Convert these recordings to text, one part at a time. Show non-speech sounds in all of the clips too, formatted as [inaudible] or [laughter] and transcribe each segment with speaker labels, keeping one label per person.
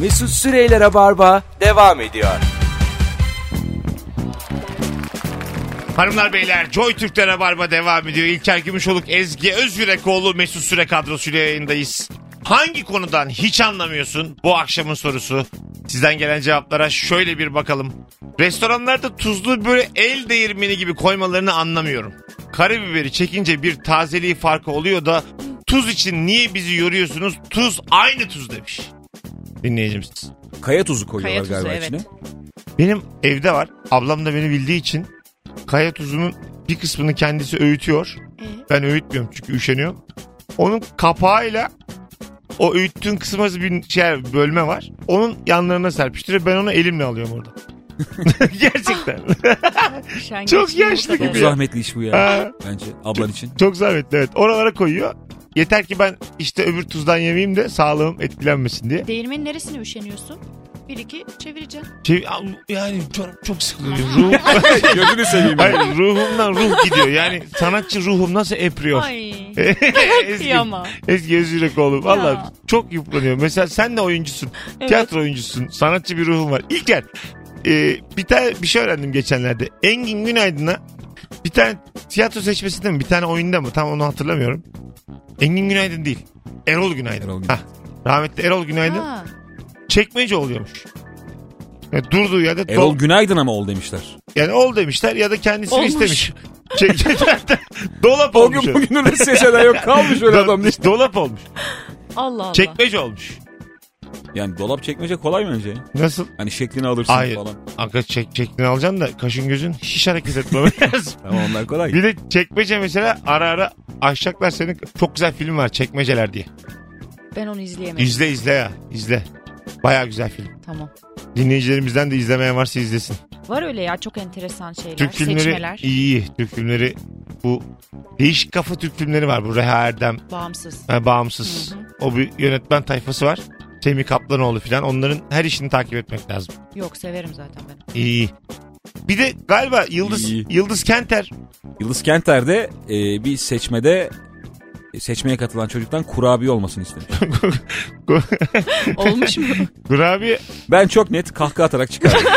Speaker 1: Mesut Süreyler'e barba devam ediyor.
Speaker 2: Hanımlar beyler Joy Türk'te Rabarba devam ediyor. İlker Gümüşoluk, Ezgi Özgürekoğlu, Mesut Süre kadrosuyla yayındayız. Hangi konudan hiç anlamıyorsun bu akşamın sorusu? Sizden gelen cevaplara şöyle bir bakalım. Restoranlarda tuzlu böyle el değirmeni gibi koymalarını anlamıyorum. Karabiberi çekince bir tazeliği farkı oluyor da tuz için niye bizi yoruyorsunuz? Tuz aynı tuz demiş. Dinleyicimiz.
Speaker 1: Kaya tuzu koyuyorlar
Speaker 3: Kaya tuzu,
Speaker 1: galiba
Speaker 3: evet.
Speaker 1: içine.
Speaker 2: Benim evde var. Ablam da beni bildiği için kaya tuzunun bir kısmını kendisi öğütüyor. Ben öğütmüyorum çünkü üşeniyorum. Onun kapağıyla o öğüttüğün kısmı arası bir şey bölme var. Onun yanlarına serpiştiriyor. Ben onu elimle alıyorum
Speaker 3: [laughs]
Speaker 2: orada. Gerçekten.
Speaker 3: Üşengeç
Speaker 2: Çok
Speaker 3: değil bu
Speaker 2: yaşlı
Speaker 3: kadar.
Speaker 2: gibi
Speaker 1: Çok
Speaker 2: ya.
Speaker 1: zahmetli iş bu ya
Speaker 2: Ha,
Speaker 1: bence ablan
Speaker 2: [laughs]
Speaker 1: için.
Speaker 2: Çok zahmetli evet. Oralara koyuyor. Yeter ki ben işte öbür tuzdan yemeyeyim de sağlığım etkilenmesin diye.
Speaker 3: Değirmenin neresine üşeniyorsun? Bir iki çevireceksin.
Speaker 2: Şey, yani çok, çok sıkılıyor.
Speaker 3: [laughs]
Speaker 2: Ruhum,
Speaker 1: Gözünü seveyim.
Speaker 2: hayır, ruhumdan ruh gidiyor. Yani sanatçı ruhum nasıl epriyor.
Speaker 3: Ay.
Speaker 2: [laughs] Ezgi,
Speaker 3: Kıyamam.
Speaker 2: Ezgi Özgürek oğlum. Valla
Speaker 3: Ya.
Speaker 2: çok yıpranıyor. Mesela sen de oyuncusun. Tiyatro oyuncusun. Sanatçı bir ruhun var. İlker e, bir tane bir şey öğrendim geçenlerde. Engin Günaydın'a bir tane tiyatro seçmesinde mi? Bir tane oyunda mı? Tam onu hatırlamıyorum. Engin Günaydın değil. Erol Günaydın.
Speaker 1: Erol Günaydın.
Speaker 2: Hah, rahmetli Erol Günaydın.
Speaker 3: Ha.
Speaker 2: Çekmece oluyormuş. Yani durduğu yerde do-
Speaker 1: Erol Günaydın ama ol demişler.
Speaker 2: yani ol demişler ya da kendisi
Speaker 3: Olmuş.
Speaker 2: istemiş.
Speaker 3: [laughs]
Speaker 2: Çekmecelerde [laughs] dolap
Speaker 1: O
Speaker 2: olmuş.
Speaker 1: gün bugünün sesine yok kalmış öyle adam.
Speaker 2: Do- dolap olmuş.
Speaker 3: Allah Allah.
Speaker 2: Çekmece olmuş.
Speaker 1: Yani dolap çekmece kolay mı önce?
Speaker 2: Nasıl?
Speaker 1: Hani şeklini alırsın
Speaker 2: Hayır.
Speaker 1: falan.
Speaker 2: Aga çek, şeklini alacaksın da kaşın gözün hiç hareket etmemen lazım.
Speaker 1: Tamam onlar kolay.
Speaker 2: Bir de çekmece mesela ara ara aşacaklar seni. Çok güzel film var çekmeceler diye.
Speaker 3: Ben onu izleyemedim.
Speaker 2: İzle izle ya izle. Baya güzel film.
Speaker 3: tamam.
Speaker 2: Dinleyicilerimizden de izlemeyen varsa izlesin.
Speaker 3: Var öyle ya çok enteresan şeyler.
Speaker 2: Türk filmleri
Speaker 3: Seçmeler.
Speaker 2: iyi iyi. Türk filmleri bu değişik kafa Türk filmleri var. Bu Reha Erdem,
Speaker 3: Bağımsız.
Speaker 2: ha, Bağımsız. O bir yönetmen tayfası var. Semih Kaplanoğlu falan. Onların her işini takip etmek lazım.
Speaker 3: Yok severim zaten ben.
Speaker 2: İyi. iyi. Bir de galiba Yıldız
Speaker 1: İyi.
Speaker 2: Yıldız Kenter
Speaker 1: Yıldız Kenter'de e, bir seçmede e, seçmeye katılan çocuktan kurabiye olmasını
Speaker 2: [laughs]
Speaker 1: istemiş.
Speaker 3: Olmuş mu? [laughs]
Speaker 2: Kurabiye
Speaker 1: Ben çok net kahkaha atarak çıkardım.
Speaker 2: [laughs]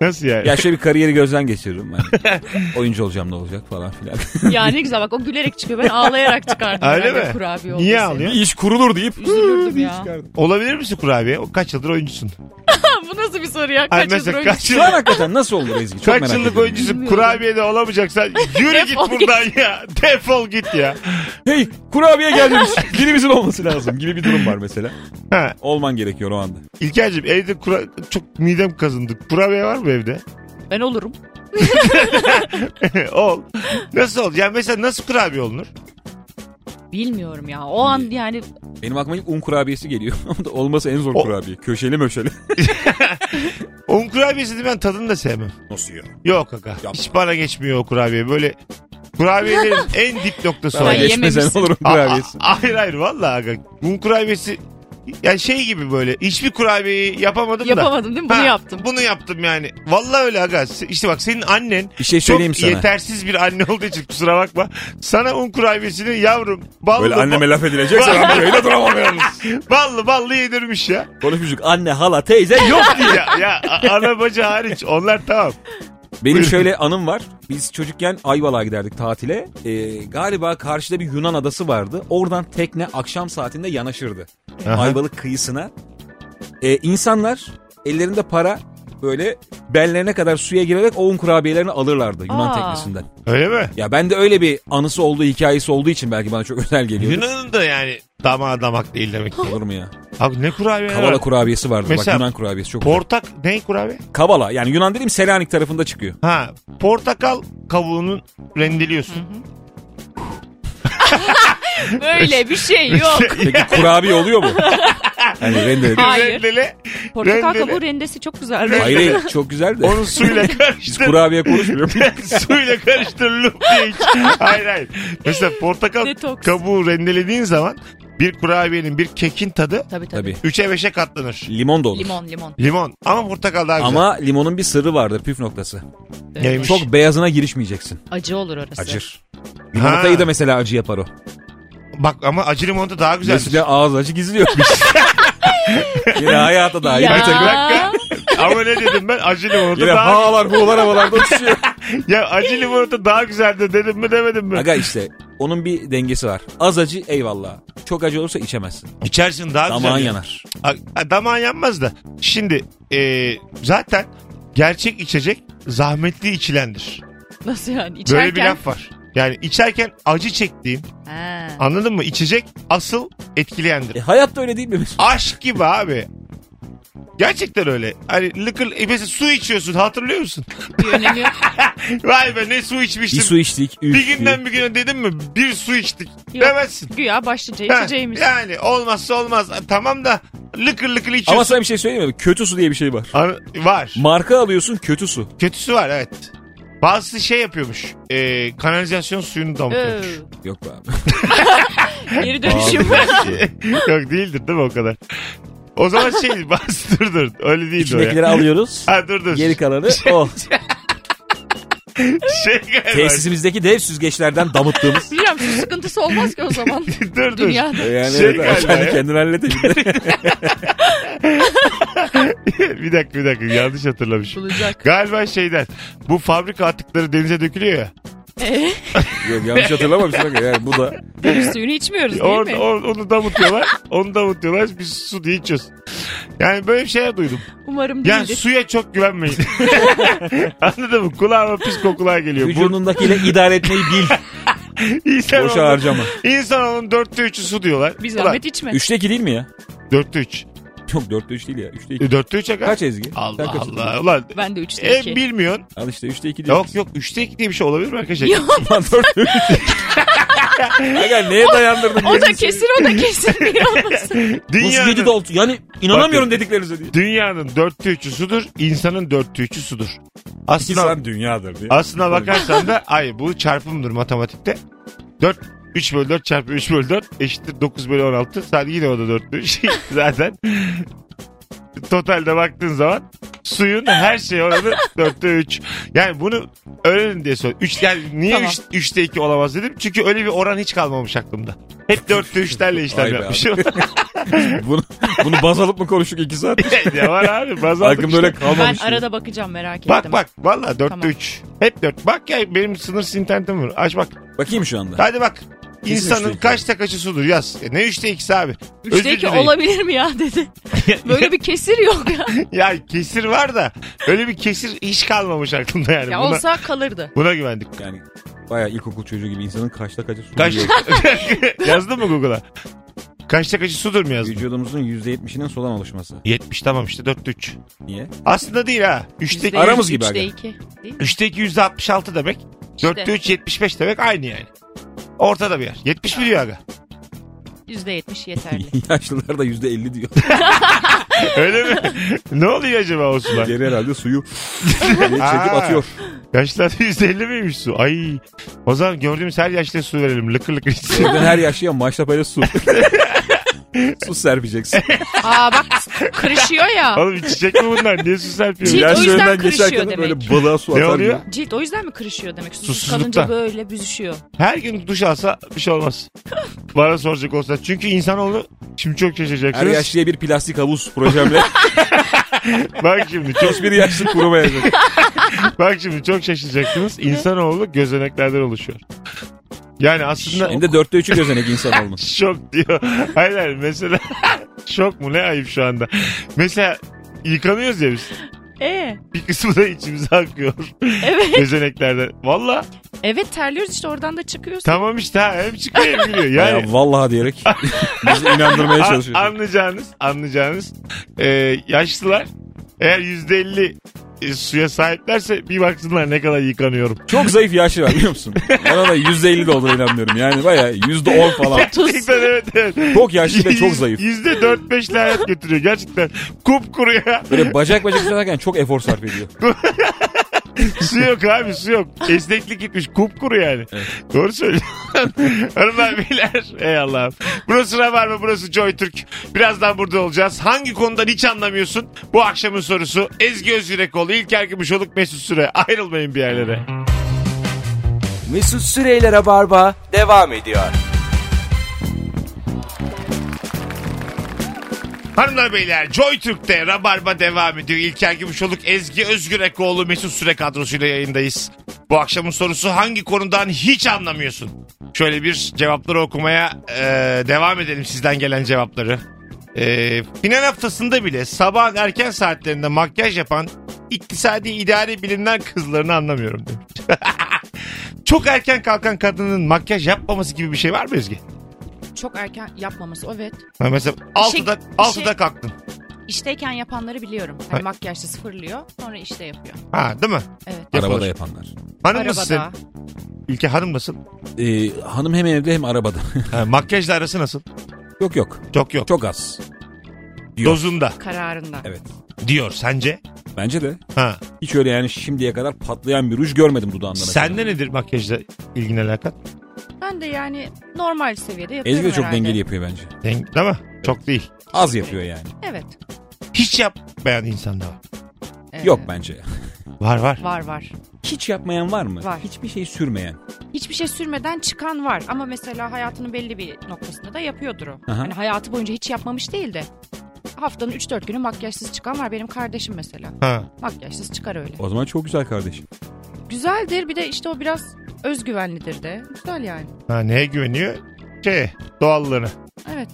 Speaker 2: nasıl yani?
Speaker 1: ya şöyle bir kariyeri gözden geçiririm ben. Oyuncu olacağım ne olacak falan filan.
Speaker 2: [laughs]
Speaker 3: ya ne güzel bak o gülerek çıkıyor. Ben ağlayarak çıkardım.
Speaker 2: Öyle
Speaker 3: herhalde
Speaker 2: mi?
Speaker 3: Kurabiye oldu
Speaker 2: Niye
Speaker 3: senin.
Speaker 2: ağlıyor?
Speaker 1: iş kurulur deyip [laughs]
Speaker 3: Üzülürdüm ya.
Speaker 2: Olabilir misin kurabiye? O kaç yıldır oyuncusun?
Speaker 3: Bu nasıl bir soru ya?
Speaker 2: Ay
Speaker 3: Kaç yıldır
Speaker 2: mesela
Speaker 3: oyuncusun?
Speaker 2: kaç
Speaker 1: Şu an
Speaker 2: yıldır,
Speaker 1: hakikaten nasıl olur Ezgi? Çok
Speaker 2: kaç
Speaker 1: merak
Speaker 2: yıllık
Speaker 1: ediyorum.
Speaker 2: oyuncusun?
Speaker 3: Bilmiyorum.
Speaker 2: Kurabiye de olamayacaksan yürü git
Speaker 3: Defol
Speaker 2: buradan ya. [laughs] Defol git ya.
Speaker 1: Hey kurabiye
Speaker 2: [laughs]
Speaker 1: gelmiş. Birimizin olması lazım gibi bir durum var mesela.
Speaker 2: Ha,
Speaker 1: Olman gerekiyor o anda.
Speaker 2: İlker'cim evde kura... çok midem kazındı. Kurabiye var mı evde? [laughs]
Speaker 3: Ben olurum.
Speaker 2: Ol. Nasıl ol? Yani mesela nasıl kurabiye olunur?
Speaker 3: Bilmiyorum ya. O an yani
Speaker 1: Benim aklıma ilk un kurabiyesi geliyor. [laughs] Ama da olması en zor
Speaker 2: O-
Speaker 1: kurabiye. Köşeli möşeli.
Speaker 2: Onun kurabiyesini ben tadını da sevmem.
Speaker 1: Nasıl ya?
Speaker 2: Yok kaka. Hiç bana geçmiyor o kurabiye. Böyle
Speaker 3: [laughs]
Speaker 2: kurabiyelerin en dip noktası
Speaker 1: Sana
Speaker 2: o.
Speaker 3: Ben yemem.
Speaker 1: geçmesen
Speaker 3: yememişsin.
Speaker 1: olurum
Speaker 2: A- a-
Speaker 1: kurabiyesi.
Speaker 2: hayır hayır vallahi aga. Un kurabiyesi yani şey gibi böyle hiçbir kurabiyeyi yapamadım da.
Speaker 3: yapamadım değil mi? Bunu
Speaker 2: Ha,
Speaker 3: yaptım.
Speaker 2: Bunu yaptım yani. Vallahi öyle aga. Se- İşte bak senin annen
Speaker 1: Bir şey söyleyeyim
Speaker 2: çok
Speaker 1: sana.
Speaker 2: yetersiz bir anne olduğu için kusura bakma. Sana un kurabiyesini yavrum ballı
Speaker 1: Böyle anneme laf
Speaker 2: [laughs]
Speaker 1: edilecekse ben böyle duramam yalnız.
Speaker 2: ballı ballı yedirmiş ya.
Speaker 1: Konuşmuştuk anne hala teyze yok.
Speaker 2: ya, ya a- ana baca hariç onlar tamam.
Speaker 1: Benim
Speaker 2: Buyurun.
Speaker 1: şöyle anım var. Biz çocukken Ayvalık'a giderdik tatile. Ee, galiba karşıda bir Yunan adası vardı. Oradan tekne akşam saatinde yanaşırdı.
Speaker 2: Aha.
Speaker 1: Ayvalık kıyısına. Ee, insanlar ellerinde para böyle bellerine kadar suya girerek oğun kurabiyelerini alırlardı Yunan
Speaker 3: Aa.
Speaker 1: teknesinden.
Speaker 2: Öyle mi?
Speaker 1: Ya ben de öyle bir anısı olduğu hikayesi olduğu için belki bana çok [laughs] özel geliyor.
Speaker 2: Yunan'ın da yani damağa damak değil demek. ki.
Speaker 1: Olur mu ya?
Speaker 2: Abi ne kurabiye?
Speaker 1: Kavala kurabiyesi vardı.
Speaker 2: Mesela-
Speaker 1: Bak Yunan kurabiyesi çok.
Speaker 2: Portak ne kurabiye?
Speaker 1: Kavala yani Yunan dediğim Selanik tarafında çıkıyor.
Speaker 2: Ha portakal kabuğunu rendeliyorsun.
Speaker 3: Böyle
Speaker 2: [laughs]
Speaker 3: bir şey yok.
Speaker 1: Peki kurabiye oluyor mu? Yani rende
Speaker 2: [laughs]
Speaker 3: Hayır.
Speaker 2: Rendele.
Speaker 3: Portakal
Speaker 2: Rendele.
Speaker 3: kabuğu rendesi çok güzel.
Speaker 1: Hayır hayır çok güzel de.
Speaker 2: Onun suyla
Speaker 1: [laughs] Biz
Speaker 2: karıştır.
Speaker 1: kurabiye
Speaker 2: [laughs]
Speaker 1: konuşmuyoruz.
Speaker 2: suyla karıştırılıp diye iç. Hayır hayır. Mesela portakal
Speaker 3: Detoks.
Speaker 2: kabuğu rendelediğin zaman bir kurabiyenin bir kekin tadı
Speaker 3: Tabii tabii.
Speaker 1: Tabii.
Speaker 2: 3'e 5'e katlanır.
Speaker 1: Limon da olur.
Speaker 3: Limon limon.
Speaker 2: Limon ama portakal daha güzel.
Speaker 1: Ama limonun bir sırrı vardır püf noktası.
Speaker 2: Neymiş?
Speaker 1: Çok beyazına girişmeyeceksin.
Speaker 3: Acı olur orası.
Speaker 1: Acır. Limonatayı da mesela acı yapar o.
Speaker 2: Bak ama acı limonata daha güzel. [laughs]
Speaker 1: Mesut'un ağız acı gizliyormuş. Yine hayata dair
Speaker 3: Ya.
Speaker 1: bir takım.
Speaker 2: Ama ne dedim ben? Acı limonata
Speaker 1: Yine
Speaker 2: daha...
Speaker 1: havalar buğular havalarda uçuşuyor.
Speaker 2: Ya acı limonata daha güzeldi dedim mi demedim mi?
Speaker 1: Aga işte onun bir dengesi var. Az acı eyvallah. Çok acı olursa içemezsin.
Speaker 2: İçersin daha güzel.
Speaker 1: Damağın yanar.
Speaker 2: A- a- Damağın yanmaz da. Şimdi e, zaten gerçek içecek zahmetli içilendir.
Speaker 3: Nasıl yani? İçerken.
Speaker 2: Böyle bir laf var. Yani içerken acı çektiğin
Speaker 3: Ha.
Speaker 2: anladın mı? İçecek asıl etkileyendir.
Speaker 1: E, hayat da öyle değil mi?
Speaker 2: Aşk gibi abi. Gerçekten öyle. Hani lıkır e, mesela su içiyorsun hatırlıyor musun?
Speaker 3: Bir önemi yok.
Speaker 2: Vay be ne su
Speaker 1: Bir
Speaker 2: içmiştim.
Speaker 1: su içtik. Üf,
Speaker 2: bir günden
Speaker 1: diye.
Speaker 2: bir güne dedim mi bir su içtik
Speaker 3: Yok.
Speaker 2: demezsin.
Speaker 3: Güya başlıca
Speaker 2: Ha,
Speaker 3: içeceğimiz.
Speaker 2: Yani olmazsa olmaz. Tamam da lıkır lıkır
Speaker 1: Ama
Speaker 2: içiyorsun.
Speaker 1: sana bir şey söyleyeyim mi? Kötü su diye bir şey var.
Speaker 2: Ar- var.
Speaker 1: Marka alıyorsun kötü su.
Speaker 2: Kötüsü var evet. Bazısı şey yapıyormuş. e, kanalizasyon suyunu
Speaker 3: Ee,
Speaker 2: damlatıyormuş.
Speaker 1: Yok be abi.
Speaker 3: geri dönüşüm.
Speaker 2: Yok değildir değil mi o kadar? O zaman şey [laughs] bazı dur dur. Öyle değil o
Speaker 1: İçindekileri
Speaker 2: ya. [laughs]
Speaker 1: alıyoruz.
Speaker 2: Ha dur dur.
Speaker 1: Geri kalanı
Speaker 2: [laughs]
Speaker 1: o.
Speaker 2: Şey galiba.
Speaker 1: Tesisimizdeki dev süzgeçlerden damıttığımız.
Speaker 3: Biliyorum şu sıkıntısı olmaz ki o zaman.
Speaker 2: [laughs] dur dur.
Speaker 3: Dünyada.
Speaker 1: Yani
Speaker 2: Şey
Speaker 1: evet,
Speaker 2: galiba ya.
Speaker 1: kendi kendini halledebilir.
Speaker 2: [laughs] bir dakika bir dakika yanlış hatırlamışım.
Speaker 3: Bulacak.
Speaker 2: Galiba şeyden bu fabrika atıkları denize dökülüyor ya.
Speaker 3: Ee,
Speaker 1: Yok yanlış hatırlamamışım. Bak Yani bu da
Speaker 3: deniz suyunu içmiyoruz değil
Speaker 2: Or,
Speaker 3: mi?
Speaker 2: or- onu damıtıyorlar.
Speaker 3: [laughs]
Speaker 2: onu damıtıyorlar. Biz su diye içiyoruz. Yani böyle bir şeyler duydum.
Speaker 3: Umarım
Speaker 2: Yani
Speaker 3: değildir.
Speaker 2: suya çok güvenmeyin. [laughs] Anladın mı? Kulağıma pis kokular geliyor. Bu,
Speaker 1: vücudundakiyle idare etmeyi bil.
Speaker 2: [laughs] insan
Speaker 1: Boşa
Speaker 3: [laughs]
Speaker 1: harcama.
Speaker 2: İnsanoğlunun dörtte üçü su diyorlar.
Speaker 3: Biz
Speaker 2: Ulan,
Speaker 3: zahmet içme.
Speaker 1: Üçte iki değil mi ya?
Speaker 2: Dörtte üç.
Speaker 1: Yok dörtte üç değil ya. Üçte iki.
Speaker 2: E, dörtte üçe kaç?
Speaker 1: Kaç Ezgi? Sen
Speaker 2: Allah
Speaker 1: kaç
Speaker 2: Allah.
Speaker 1: hatırlıyorsun?
Speaker 2: Ulan
Speaker 3: Ben de üçte
Speaker 2: e,
Speaker 3: [laughs] iki.
Speaker 2: bilmiyorsun.
Speaker 1: Al işte üçte iki diyoruz.
Speaker 2: Yok yok üçte iki diye bir şey olabilir mi arkadaşlar?
Speaker 1: [laughs]
Speaker 3: Yok,
Speaker 1: Lan dörtte üç. Aga neye [laughs] dayandırdın?
Speaker 3: o da kesin o da kesin
Speaker 2: [laughs]
Speaker 3: bir olmasın.
Speaker 1: Nasıl yedi de
Speaker 2: Dünyanın,
Speaker 1: oldu? Yani inanamıyorum dediklerinize diye.
Speaker 2: dünyanın dörtte üçü sudur. insanın dörtte üçü sudur. Aslına,
Speaker 1: İnsan dünyadır diye.
Speaker 2: aslına bakarsan da ay bu çarpımdır matematikte. Dört 3 bölü 4 çarpı 3 bölü 4 eşittir 9 bölü 16. Sadece yine o da 4 bölü şey [laughs] zaten. Totalde baktığın zaman suyun her şey oranı 4'te 3. Yani bunu öğrenin diye sor. 3 yani niye
Speaker 3: Tamam.
Speaker 2: 3 3'te 2 olamaz dedim. Çünkü öyle bir oran hiç kalmamış aklımda. Hep 4'te 3'lerle
Speaker 1: Vay
Speaker 2: işlem
Speaker 1: be
Speaker 2: yapmışım.
Speaker 1: [laughs]
Speaker 2: [laughs]
Speaker 1: Bunu, bunu baz alıp mı konuştuk iki saat?
Speaker 2: ya var abi
Speaker 1: [laughs]
Speaker 2: bazen.
Speaker 1: Aklımda öyle
Speaker 3: Ben
Speaker 1: kalmamış.
Speaker 3: arada bakacağım merak ettim.
Speaker 2: Bak bak valla 4'te
Speaker 3: Tamam.
Speaker 2: 3. Hep 4. Bak ya benim sınırsız internetim var. Aç bak.
Speaker 1: Bakayım şu anda.
Speaker 2: Hadi bak.
Speaker 1: Kesin üçte
Speaker 2: İnsanın
Speaker 1: iki.
Speaker 2: kaçta kaçı sudur yaz. E ne 3'te 2'si abi? Özür
Speaker 3: Üçte iki
Speaker 2: dileyim.
Speaker 3: olabilir mi ya dedi. Böyle bir kesir yok ya.
Speaker 2: [laughs] Ya kesir var da öyle bir kesir hiç kalmamış aklımda yani.
Speaker 3: ya
Speaker 2: buna,
Speaker 3: olsa kalırdı.
Speaker 2: buna güvendik.
Speaker 1: Yani bayağı ilkokul çocuğu gibi insanın kaçta kaçı su
Speaker 2: Kaç...
Speaker 1: yiyor.
Speaker 2: [laughs] yazdın mı Google'a? Kaçta kaçı sudur mu yazdın?
Speaker 1: Vücudumuzun %70'inin sudan oluşması.
Speaker 2: 70 tamam işte 4'te 3.
Speaker 1: Niye? [laughs]
Speaker 2: Aslında değil ha. 3'te 2,
Speaker 1: Ara- Aramız gibi
Speaker 3: Üçte
Speaker 1: aga.
Speaker 3: iki. Değil mi?
Speaker 2: 3'te 2 %66 demek. 4'te 3 75 demek aynı yani. Ortada bir yer. 70 mi diyor aga?
Speaker 3: Yüzde yetmiş yeterli. [laughs]
Speaker 1: Yaşlılar da %50 diyor.
Speaker 2: Öyle mi? [laughs] ne oluyor acaba o sular?
Speaker 1: Geri herhalde
Speaker 2: [laughs]
Speaker 1: suyu diye çekip
Speaker 2: Aa.
Speaker 1: atıyor.
Speaker 2: Yaşlılarda [laughs] %50 miymiş su? Ay. O zaman gördüğümüz her yaşlıya su verelim. Lıkır lıkır
Speaker 1: [laughs]
Speaker 2: içsin.
Speaker 1: Evden her yaşlıya maçla
Speaker 2: [laughs]
Speaker 1: su. su serpeceksin.
Speaker 3: Aa bak kırışıyor ya.
Speaker 2: Oğlum içecek mi bunlar? Niye su serpiyor?
Speaker 3: Cilt
Speaker 1: Yaşlı
Speaker 3: o yüzden
Speaker 1: önden
Speaker 3: kırışıyor
Speaker 1: geçerken de böyle
Speaker 3: demek.
Speaker 1: balığa su
Speaker 2: Ne
Speaker 1: atar
Speaker 2: oluyor?
Speaker 1: gibi.
Speaker 3: Cilt o yüzden mi kırışıyor demek? Susuz
Speaker 2: Susuzluktan.
Speaker 3: kalınca böyle büzüşüyor.
Speaker 2: Her gün duş alsa bir şey olmaz. Bana soracak olsa. Çünkü insanoğlu şimdi çok
Speaker 1: Her
Speaker 2: şaşıracaksınız.
Speaker 1: yaşlıya bir plastik havuz projemle
Speaker 2: [laughs] Bak şimdi çok,
Speaker 1: hiçbir yaşlı kurumayacak.
Speaker 2: bak şimdi çok şaşıracaksınız. İnsanoğlu gözeneklerden oluşuyor. Yani
Speaker 1: Hem
Speaker 2: aslında
Speaker 1: de dörtte üçü gözenek insan olmuş.
Speaker 2: şok diyor. Hayır mesela [laughs] şok mu ne ayıp şu anda. Mesela yıkanıyoruz ya biz.
Speaker 3: Ee,
Speaker 2: Bir kısmı da içimize akıyor.
Speaker 3: evet.
Speaker 2: gözeneklerden. Valla
Speaker 3: Evet terliyoruz işte oradan da çıkıyorsun.
Speaker 2: tamam işte ha. Hem çıkıyor hem giriyor. Yani
Speaker 1: Bayağı vallahi
Speaker 2: [laughs]
Speaker 1: diyerek bizi inandırmaya
Speaker 2: A-
Speaker 1: çalışıyor.
Speaker 2: anlayacağınız, anlayacağınız e, yaşlılar eğer yüzde elli e, suya sahiplerse bir baksınlar ne kadar yıkanıyorum.
Speaker 1: Çok zayıf yaşlı var biliyor musun? Bana da yüzde elli de olduğuna inanmıyorum. Yani bayağı yüzde on falan.
Speaker 2: [laughs] Gerçekten evet evet.
Speaker 1: Çok yaşlı ve çok zayıf.
Speaker 2: Yüzde dört beş lanet götürüyor gerçekten. Kupkuru ya.
Speaker 1: Böyle bacak bacak tutarken çok efor sarf ediyor.
Speaker 2: Su yok abi su yok. Esneklik gitmiş kupkuru yani. Doğru söylüyorsun. [laughs] Hanımlar beyler. Ey Allah'ım. Burası Rabarba burası Joy Türk. Birazdan burada olacağız. Hangi konudan hiç anlamıyorsun? Bu akşamın sorusu Ezgi Özgürekoğlu, İlker Gümüşoluk, Mesut Süre. Ayrılmayın bir yerlere.
Speaker 4: Mesut Süreyler'e barba devam ediyor.
Speaker 2: Hanımlar beyler Joy Türk'te Rabarba devam ediyor. İlker Gümüşoluk, Ezgi Özgür Ekoğlu, Mesut Süre kadrosuyla yayındayız. Bu akşamın sorusu hangi konudan hiç anlamıyorsun? Şöyle bir cevapları okumaya e, devam edelim sizden gelen cevapları. E, final haftasında bile sabah erken saatlerinde makyaj yapan iktisadi idari bilimler kızlarını anlamıyorum demiş. [laughs] Çok erken kalkan kadının makyaj yapmaması gibi bir şey var mı Ezgi?
Speaker 3: Çok erken yapmaması evet.
Speaker 2: Ha, Mesela
Speaker 3: şey-
Speaker 2: 6'da,
Speaker 3: bir
Speaker 2: 6'da
Speaker 3: şey-
Speaker 2: kalktın.
Speaker 3: İşteyken yapanları biliyorum.
Speaker 2: Hayır.
Speaker 3: Hani makyajlı sıfırlıyor sonra işte yapıyor.
Speaker 2: Ha değil mi?
Speaker 3: Evet.
Speaker 2: Yapılır.
Speaker 1: Arabada yapanlar.
Speaker 2: Hanım nasılsın?
Speaker 3: Arabada.
Speaker 2: İlke hanım nasıl?
Speaker 1: Ee, hanım hem evde hem arabada. [laughs]
Speaker 2: Ha, makyajla arası nasıl?
Speaker 1: yok yok.
Speaker 2: Çok yok.
Speaker 1: Çok az.
Speaker 2: Dozunda
Speaker 3: Kararında.
Speaker 1: Evet.
Speaker 2: diyor sence.
Speaker 1: Bence de.
Speaker 2: Ha.
Speaker 1: Hiç öyle yani şimdiye kadar patlayan bir ruj görmedim dudağında. mesela.
Speaker 2: Sende nedir makyajla ilgin alakan?
Speaker 3: Ben de yani normal seviyede yapıyorum
Speaker 1: Ezgi de çok
Speaker 3: herhalde.
Speaker 1: dengeli yapıyor bence.
Speaker 2: Denk, değil mi? Çok değil.
Speaker 1: Az yapıyor yani.
Speaker 3: Evet.
Speaker 2: Hiç yapmayan insan da var.
Speaker 3: Ee,
Speaker 1: Yok bence.
Speaker 2: Var var.
Speaker 3: Var var.
Speaker 1: Hiç yapmayan var mı?
Speaker 3: Var.
Speaker 1: Hiçbir şey sürmeyen.
Speaker 3: Hiçbir şey sürmeden çıkan var ama mesela hayatının belli bir noktasında da yapıyordur o.
Speaker 1: Aha.
Speaker 3: Hani hayatı boyunca hiç yapmamış değil de. Haftanın 3-4 günü makyajsız çıkan var benim kardeşim mesela.
Speaker 2: Ha.
Speaker 3: Makyajsız çıkar öyle.
Speaker 1: O zaman çok güzel kardeşim.
Speaker 3: Güzeldir bir de işte o biraz özgüvenlidir de. Güzel yani.
Speaker 2: ha. Neye güveniyor? Şey doğallığına.
Speaker 3: Evet.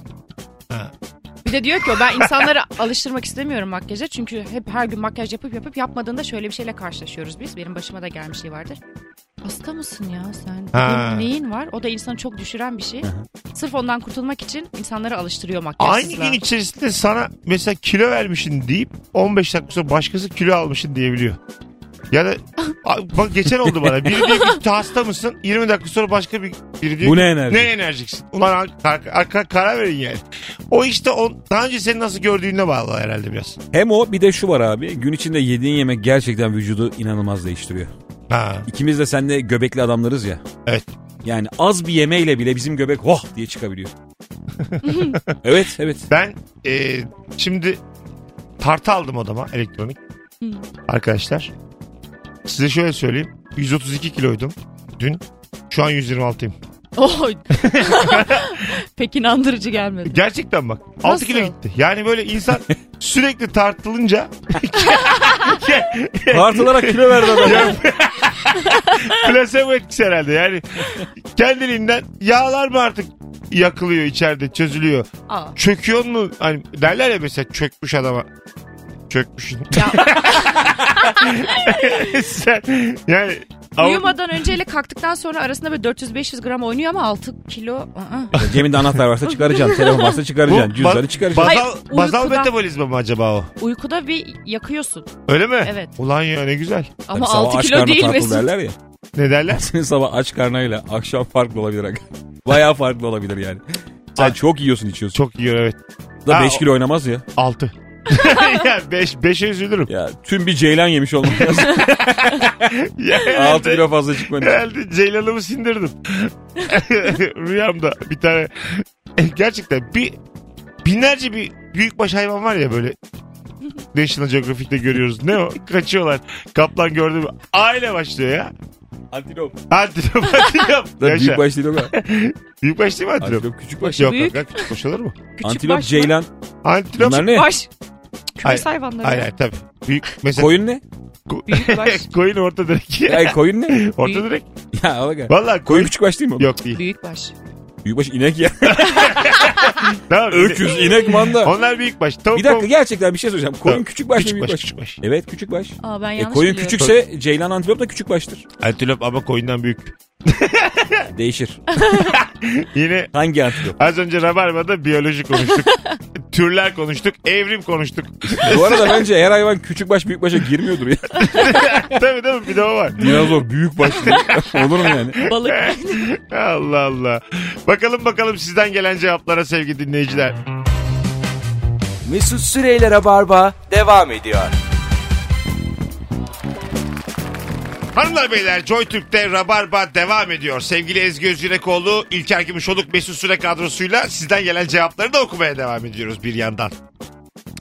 Speaker 2: Ha.
Speaker 3: Bir de diyor ki o ben insanları [laughs] alıştırmak istemiyorum makyaja. Çünkü hep her gün makyaj yapıp yapıp yapmadığında şöyle bir şeyle karşılaşıyoruz biz. Benim başıma da gelmiş şey vardır. Hasta mısın ya sen?
Speaker 2: Ha.
Speaker 3: Benim Neyin var? O da insanı çok düşüren bir şey. Sırf ondan kurtulmak için insanları alıştırıyor
Speaker 2: Aynı
Speaker 3: makyajsızla.
Speaker 2: gün içerisinde sana mesela kilo vermişsin deyip 15 dakika sonra başkası kilo almışın diyebiliyor. Ya da Ay, bak geçen oldu bana. Biri diyor ki hasta mısın? 20 dakika sonra başka bir biri diyor
Speaker 1: Bu
Speaker 2: ki,
Speaker 1: ne enerji?
Speaker 2: Ne enerjiksin? Ulan arka, arka karar verin yani. O işte on, daha önce seni nasıl gördüğüne bağlı herhalde biraz.
Speaker 1: Hem o bir de şu var abi. Gün içinde yediğin yemek gerçekten vücudu inanılmaz değiştiriyor.
Speaker 2: Ha.
Speaker 1: İkimiz de seninle göbekli adamlarız ya.
Speaker 2: Evet.
Speaker 1: Yani az bir yemeyle bile bizim göbek oh diye
Speaker 3: [laughs]
Speaker 1: çıkabiliyor. evet evet.
Speaker 2: Ben e, şimdi tartı aldım odama elektronik.
Speaker 3: Hı.
Speaker 2: Arkadaşlar size şöyle söyleyeyim. 132 kiloydum dün. Şu an 126'yım.
Speaker 3: [laughs] Oy. [laughs] Pek inandırıcı gelmedi.
Speaker 2: Gerçekten bak. 6
Speaker 3: Nasıl?
Speaker 2: kilo gitti. Yani böyle
Speaker 3: [laughs]
Speaker 2: insan sürekli tartılınca
Speaker 1: Tartılarak kilo verdi
Speaker 3: [laughs]
Speaker 1: adam.
Speaker 2: Plasebo etkisi herhalde yani. Kendiliğinden yağlar mı artık yakılıyor içeride çözülüyor.
Speaker 3: Aa.
Speaker 2: Çöküyor mu? Hani derler ya mesela çökmüş adama. Çökmüşsün. [laughs] Sen yani av-
Speaker 3: Uyumadan önceyle kalktıktan sonra arasında böyle 400-500 gram oynuyor ama 6 kilo. ı-ı. Aa.
Speaker 1: Cebinde anahtar varsa çıkaracaksın. Telefon varsa
Speaker 2: Bu
Speaker 1: çıkaracaksın.
Speaker 2: ba-
Speaker 1: Cüzdanı çıkaracaksın.
Speaker 3: Hayır,
Speaker 2: bazal, bazal
Speaker 3: uykudan-
Speaker 2: metabolizma mı acaba o?
Speaker 3: Uykuda bir yakıyorsun.
Speaker 2: Öyle mi?
Speaker 3: Evet.
Speaker 2: Ulan ya ne güzel.
Speaker 3: Ama
Speaker 1: Tabii sabah
Speaker 3: 6
Speaker 1: aç
Speaker 3: kilo
Speaker 1: karnı
Speaker 3: değil
Speaker 1: tartıl
Speaker 3: Mesut.
Speaker 1: derler ya.
Speaker 2: Ne derler?
Speaker 1: Senin sabah aç karnıyla akşam farklı olabilir. aga. Bayağı farklı olabilir yani. Sen
Speaker 2: Ay.
Speaker 1: çok yiyorsun içiyorsun.
Speaker 2: Çok iyi evet.
Speaker 1: da
Speaker 2: Ha,
Speaker 1: 5 kilo oynamaz ya.
Speaker 2: 6. [laughs] ya 5 5'e üzülürüm.
Speaker 1: Ya tüm bir ceylan yemiş olmam lazım.
Speaker 2: Ya,
Speaker 1: 6 kilo fazla çıkmanı.
Speaker 2: Herhalde Ceylan'ımı sindirdim. [laughs] Rüyamda bir tane E, gerçekten bir binlerce bir büyükbaş hayvan var ya böyle National Geographic'te görüyoruz. Ne o? Kaçıyorlar. Kaplan gördü mü? Aile başlıyor ya.
Speaker 1: Antilop. [laughs]
Speaker 2: Antilop, antilop.
Speaker 1: Da
Speaker 2: Yaşa.
Speaker 1: büyük baş değil o kadar.
Speaker 2: Büyükbaş değil mi antilop?
Speaker 1: Antilop küçük baş.
Speaker 2: Yok
Speaker 3: Büyük.
Speaker 2: yok lan, küçük baş olur mu?
Speaker 3: Küçük
Speaker 1: Antilop,
Speaker 3: baş mı?
Speaker 1: ceylan.
Speaker 2: Antilop.
Speaker 1: Bunlar ne?
Speaker 3: Baş.
Speaker 2: Hayır.
Speaker 3: Kümes hayvanları.
Speaker 2: Hayır hayır tabii. Büyük mesela
Speaker 1: Koyun ne?
Speaker 3: Büyük baş.
Speaker 2: [laughs] koyun orta direk. [laughs]
Speaker 1: Ya koyun ne?
Speaker 2: orta direk.
Speaker 1: Ya aga.
Speaker 2: Valla
Speaker 1: Koyun
Speaker 2: koyun.
Speaker 1: küçük baş değil mi? oğlum?
Speaker 2: Yok değil.
Speaker 3: Büyük baş.
Speaker 1: Büyük baş inek ya.
Speaker 2: Tamam.
Speaker 1: Öküz, inek, manda.
Speaker 2: Onlar büyük baş. Tavuk,
Speaker 1: Bir dakika
Speaker 2: koyun-
Speaker 1: gerçekten bir şey söyleyeceğim. Koyun
Speaker 2: Yok,
Speaker 1: küçük baş mı
Speaker 2: küçük
Speaker 1: büyük
Speaker 2: baş,
Speaker 1: baş?
Speaker 2: küçük baş.
Speaker 1: Evet küçük baş.
Speaker 3: Aa ben
Speaker 1: E,
Speaker 3: yanlış
Speaker 1: koyun
Speaker 3: biliyorum.
Speaker 1: küçükse ceylan antilop da küçük baştır.
Speaker 2: Antilop ama koyundan büyük.
Speaker 1: Değişir.
Speaker 2: Yine
Speaker 1: Hangi antilop?
Speaker 2: az önce Rabarba'da biyoloji konuştuk. Türler konuştuk. Evrim konuştuk. [laughs]
Speaker 1: Bu arada bence her hayvan küçük baş büyük başa girmiyordur ya.
Speaker 2: tabii değil mi? Bir de o var.
Speaker 1: Dinozor büyük baş [laughs] Olur mu yani?
Speaker 3: Balık.
Speaker 2: Eh. Allah Allah. Bakalım bakalım sizden gelen cevaplara sevgili dinleyiciler.
Speaker 4: Mesut Süreyler'e barba devam ediyor.
Speaker 2: Hanımlar beyler Joy Türk'te Rabarba devam ediyor. Sevgili Ezgi Özgürekoğlu, İlker Gümüşoluk, Mesut Süre kadrosuyla sizden gelen cevapları da okumaya devam ediyoruz bir yandan.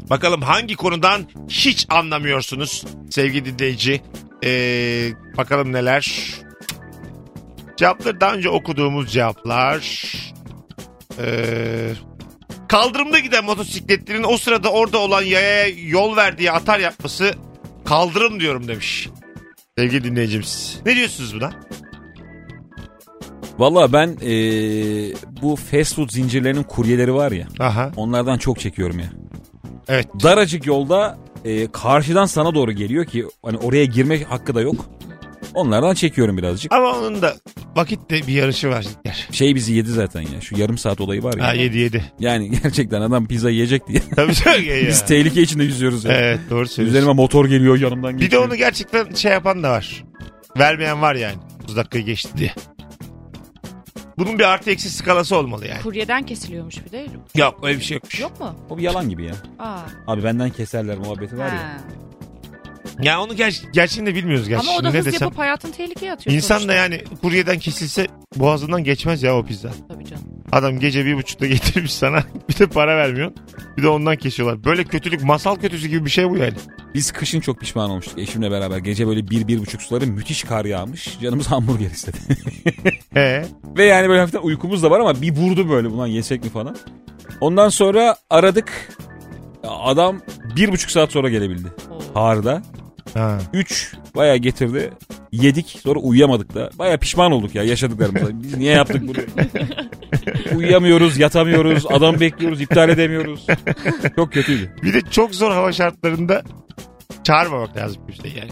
Speaker 2: Bakalım hangi konudan hiç anlamıyorsunuz sevgili dinleyici. Ee, bakalım neler. Cevapları daha önce okuduğumuz cevaplar. Ee, Kaldırımda giden motosikletlerin o sırada orada olan yayaya yol verdiği atar yapması kaldırım diyorum demiş. Sevgili dinleyicimiz. Ne diyorsunuz buna?
Speaker 1: Valla ben eee, bu fast food zincirlerinin kuryeleri var ya.
Speaker 2: Aha.
Speaker 1: Onlardan çok çekiyorum ya.
Speaker 2: Evet.
Speaker 1: Daracık yolda eee, karşıdan sana doğru geliyor ki hani oraya girme hakkı da yok. Onlardan çekiyorum birazcık.
Speaker 2: Ama onun da vakitte bir yarışı var. Yer.
Speaker 1: Şey bizi yedi zaten ya. Şu yarım saat olayı var ya.
Speaker 2: Ha 7 7.
Speaker 1: Yani [laughs] gerçekten adam pizza yiyecek diye.
Speaker 2: [laughs] Tabii çok iyi ya.
Speaker 1: Biz tehlike içinde yüzüyoruz ya.
Speaker 2: Evet doğru söylüyorsun.
Speaker 1: Üzerime motor geliyor yanımdan
Speaker 2: Bir de
Speaker 1: geçiyor.
Speaker 2: onu gerçekten şey yapan da var. Vermeyen var yani. 30 dakikayı geçti diye. Bunun bir artı eksi skalası olmalı yani.
Speaker 3: Kuryeden kesiliyormuş bir de.
Speaker 2: Yok öyle bir şey yokmuş.
Speaker 3: Yok mu?
Speaker 1: O bir yalan gibi ya.
Speaker 3: Aa.
Speaker 1: Abi benden keserler muhabbeti var ya.
Speaker 3: ha.
Speaker 2: Ya onu ger- gerçeğini de bilmiyoruz gerçi.
Speaker 3: Ama o da
Speaker 2: Şimdi ne
Speaker 3: hız
Speaker 2: desem.
Speaker 3: yapıp şey hayatını tehlikeye atıyor.
Speaker 2: İnsan da
Speaker 3: sonuçta.
Speaker 2: yani kuryeden kesilse boğazından geçmez ya o pizza.
Speaker 3: Tabii canım.
Speaker 2: Adam gece bir buçukta getirmiş sana [laughs] bir de para vermiyorsun. Bir de ondan kesiyorlar. Böyle kötülük masal kötüsü gibi bir şey bu yani.
Speaker 1: Biz kışın çok pişman olmuştuk eşimle beraber. Gece böyle bir, bir buçuk suları müthiş kar yağmış. Canımız [laughs] hamburger istedi.
Speaker 2: Ee,
Speaker 1: Ve yani böyle hafiften uykumuz da var ama bir vurdu böyle ulan yesek mi falan. Ondan sonra aradık. Adam bir buçuk saat sonra gelebildi.
Speaker 3: Oo.
Speaker 1: Harda.
Speaker 2: ha.
Speaker 1: Üç bayağı getirdi. Yedik sonra uyuyamadık da. Bayağı pişman olduk ya yaşadıklarımıza. Biz niye yaptık bunu? Uyuyamıyoruz, yatamıyoruz, adam bekliyoruz, iptal edemiyoruz. Çok kötüydü.
Speaker 2: Bir de çok zor hava şartlarında çağırmamak lazım kimseyi yani.